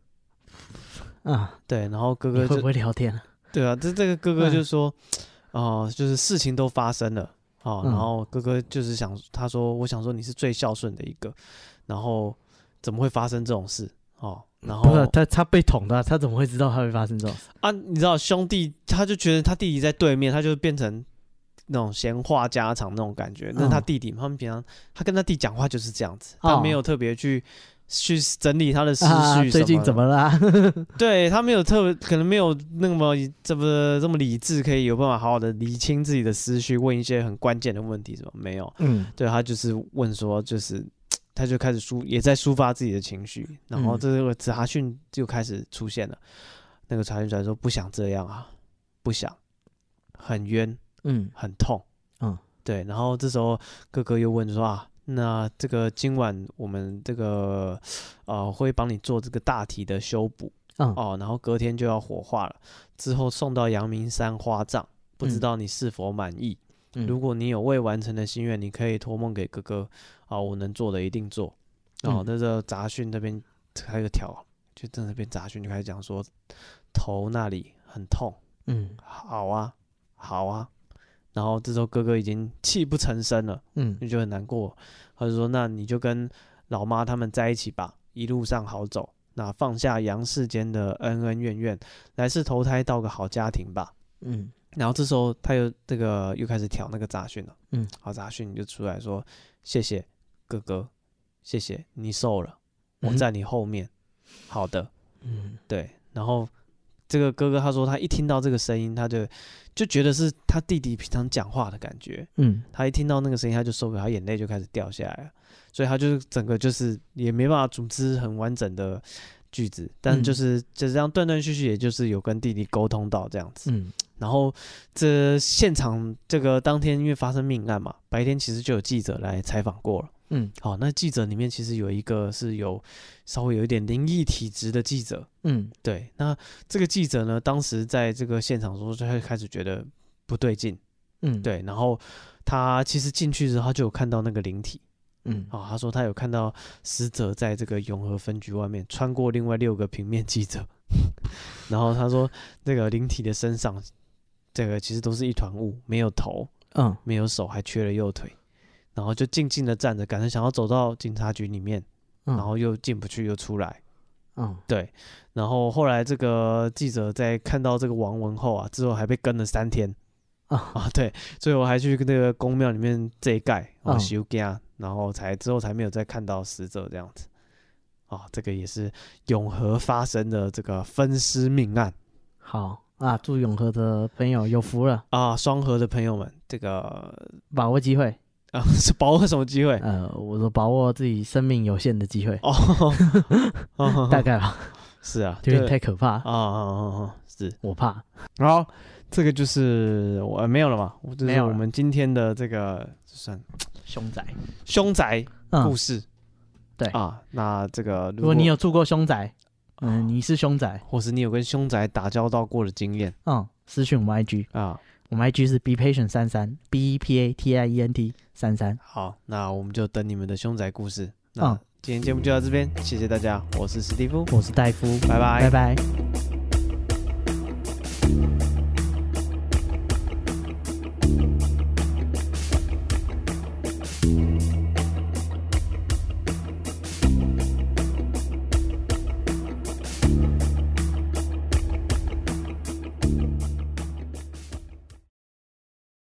Speaker 2: 啊，
Speaker 1: 对，然后哥
Speaker 2: 你
Speaker 1: 哥
Speaker 2: 会不
Speaker 1: 就
Speaker 2: 会聊天啊？
Speaker 1: 对啊，这这个哥哥就
Speaker 2: 嗯
Speaker 1: 说，哦、就是事情都发生了哦，
Speaker 2: 嗯
Speaker 1: 然后哥哥就是想，他说我想说你是最孝顺的一个，然后怎么会发生这种事哦？然
Speaker 2: 不是啊
Speaker 1: 后
Speaker 2: 他，他被捅的啊，他怎么会知道他会发生这种事？
Speaker 1: 啊，你知道兄弟，他就觉得他弟弟在对面，他就变成那种闲话家常那种感觉。那是他
Speaker 2: 嗯
Speaker 1: 弟弟嘛，他们平常他跟他弟讲话就是这样子，
Speaker 2: 哦
Speaker 1: 他没有特别去去整理他的思绪、
Speaker 2: 啊，最近怎？么啦？
Speaker 1: 对他没有特别，可能没有那么这么这么理智，可以有办法好好的理清自己的思绪，问一些很关键的问题，什么没有？
Speaker 2: 嗯
Speaker 1: 对他就是问说，就是他就开始抒，也在抒发自己的情绪，然后
Speaker 2: 嗯
Speaker 1: 这个查讯就开始出现了。那个查讯出来说不想这样啊，不想，很冤，
Speaker 2: 嗯
Speaker 1: 很痛，
Speaker 2: 嗯，
Speaker 1: 对。然后这时候哥哥又问说啊，那这个今晚我们这个呃会帮你做这个大体的修补
Speaker 2: 嗯
Speaker 1: 哦，然后隔天就要火化了，之后送到阳明山花葬，不知
Speaker 2: 嗯
Speaker 1: 道你是否满意？
Speaker 2: 嗯
Speaker 1: 如果你有未完成的心愿，你可以托梦给哥哥啊，我能做的一定做。哦
Speaker 2: 嗯，
Speaker 1: 那个杂讯这边还有个条，就在那边杂讯就开始讲说头那里很痛，
Speaker 2: 嗯
Speaker 1: 好啊，好啊，然后这时候哥哥已经泣不成声了，
Speaker 2: 嗯
Speaker 1: 就觉得很难过。他就说：“那你就跟老妈他们在一起吧，一路上好走。那放下阳世间的恩恩怨怨，来世投胎到个好家庭吧。”
Speaker 2: 嗯
Speaker 1: 然后这时候他又这个又开始挑那个杂讯了，
Speaker 2: 嗯，
Speaker 1: 好杂讯就出来说谢谢哥哥，谢谢你瘦了，我
Speaker 2: 嗯
Speaker 1: 在你后面，好的，
Speaker 2: 嗯
Speaker 1: 对，然后这个哥哥他说他一听到这个声音，他就就觉得是他弟弟平常讲话的感觉，
Speaker 2: 嗯
Speaker 1: 他一听到那个声音他就受不了，他眼泪就开始掉下来了，所以他就是整个就是也没办法组织很完整的句子，但
Speaker 2: 嗯
Speaker 1: 就是、就这样断断续续，也就是有跟弟弟沟通到这样子，
Speaker 2: 嗯
Speaker 1: 然后这现场这个当天因为发生命案嘛，白天其实就有记者来采访过了。
Speaker 2: 嗯
Speaker 1: 好，那记者里面其实有一个是有稍微有一点灵异体质的记者。
Speaker 2: 嗯
Speaker 1: 对，那这个记者呢，当时在这个现场的时候，就会开始觉得不对劲。
Speaker 2: 嗯，，
Speaker 1: 对，然后他其实进去之后，他就有看到那个灵体。
Speaker 2: 嗯
Speaker 1: 啊、他说他有看到死者在这个永和分局外面穿过另外六个平面记者， 然后他说那个灵体的身上，这个其实都是一团雾，没有头，
Speaker 2: 嗯
Speaker 1: 没有手，还缺了右腿，然后就静静的站着，感觉想要走到警察局里面，
Speaker 2: 嗯，
Speaker 1: 然后又进不去又出来。
Speaker 2: 嗯
Speaker 1: 然后后来这个记者在看到这个王文后啊，之后还被跟了三天。
Speaker 2: 啊
Speaker 1: 啊，对，所以我还去那个宫庙里面这一盖啊
Speaker 2: 嗯
Speaker 1: 修家，然后才之后才没有再看到死者这样子。啊，这个也是永和发生的这个分尸命案
Speaker 2: 好啊，祝永和的朋友有福了，
Speaker 1: 啊，双河的朋友们，这个
Speaker 2: 把握机会。
Speaker 1: 啊 是把握什么机 会？
Speaker 2: 呃，我说把握自己生命有限的机会，
Speaker 1: 哦，哦
Speaker 2: 大概 吧，
Speaker 1: 是啊，
Speaker 2: 有点
Speaker 1: 对
Speaker 2: 太可怕，
Speaker 1: 啊啊啊啊啊是。
Speaker 2: 我怕。
Speaker 1: 然后这个就是我、呃没有了嘛，我这
Speaker 2: 没
Speaker 1: 是
Speaker 2: 有
Speaker 1: 我
Speaker 2: 了
Speaker 1: 们今天的这个这算
Speaker 2: 凶宅，
Speaker 1: 凶宅
Speaker 2: 嗯
Speaker 1: 故，事。
Speaker 2: 对
Speaker 1: 啊，那这个
Speaker 2: 如果你有住过凶宅，嗯，你是凶宅，
Speaker 1: 或是你有跟凶宅打交道过的经验
Speaker 2: 嗯，私讯我们 IG，
Speaker 1: 啊。
Speaker 2: 我们 IG 是 be patient 三三 b e p a t i e n t 三三，
Speaker 1: 好，那我们就等你们的凶宅故事。那
Speaker 2: 嗯
Speaker 1: 今天节目就到这边，谢谢大家，我是史蒂夫，
Speaker 2: 我是戴夫，
Speaker 1: 拜拜
Speaker 2: 拜。拜。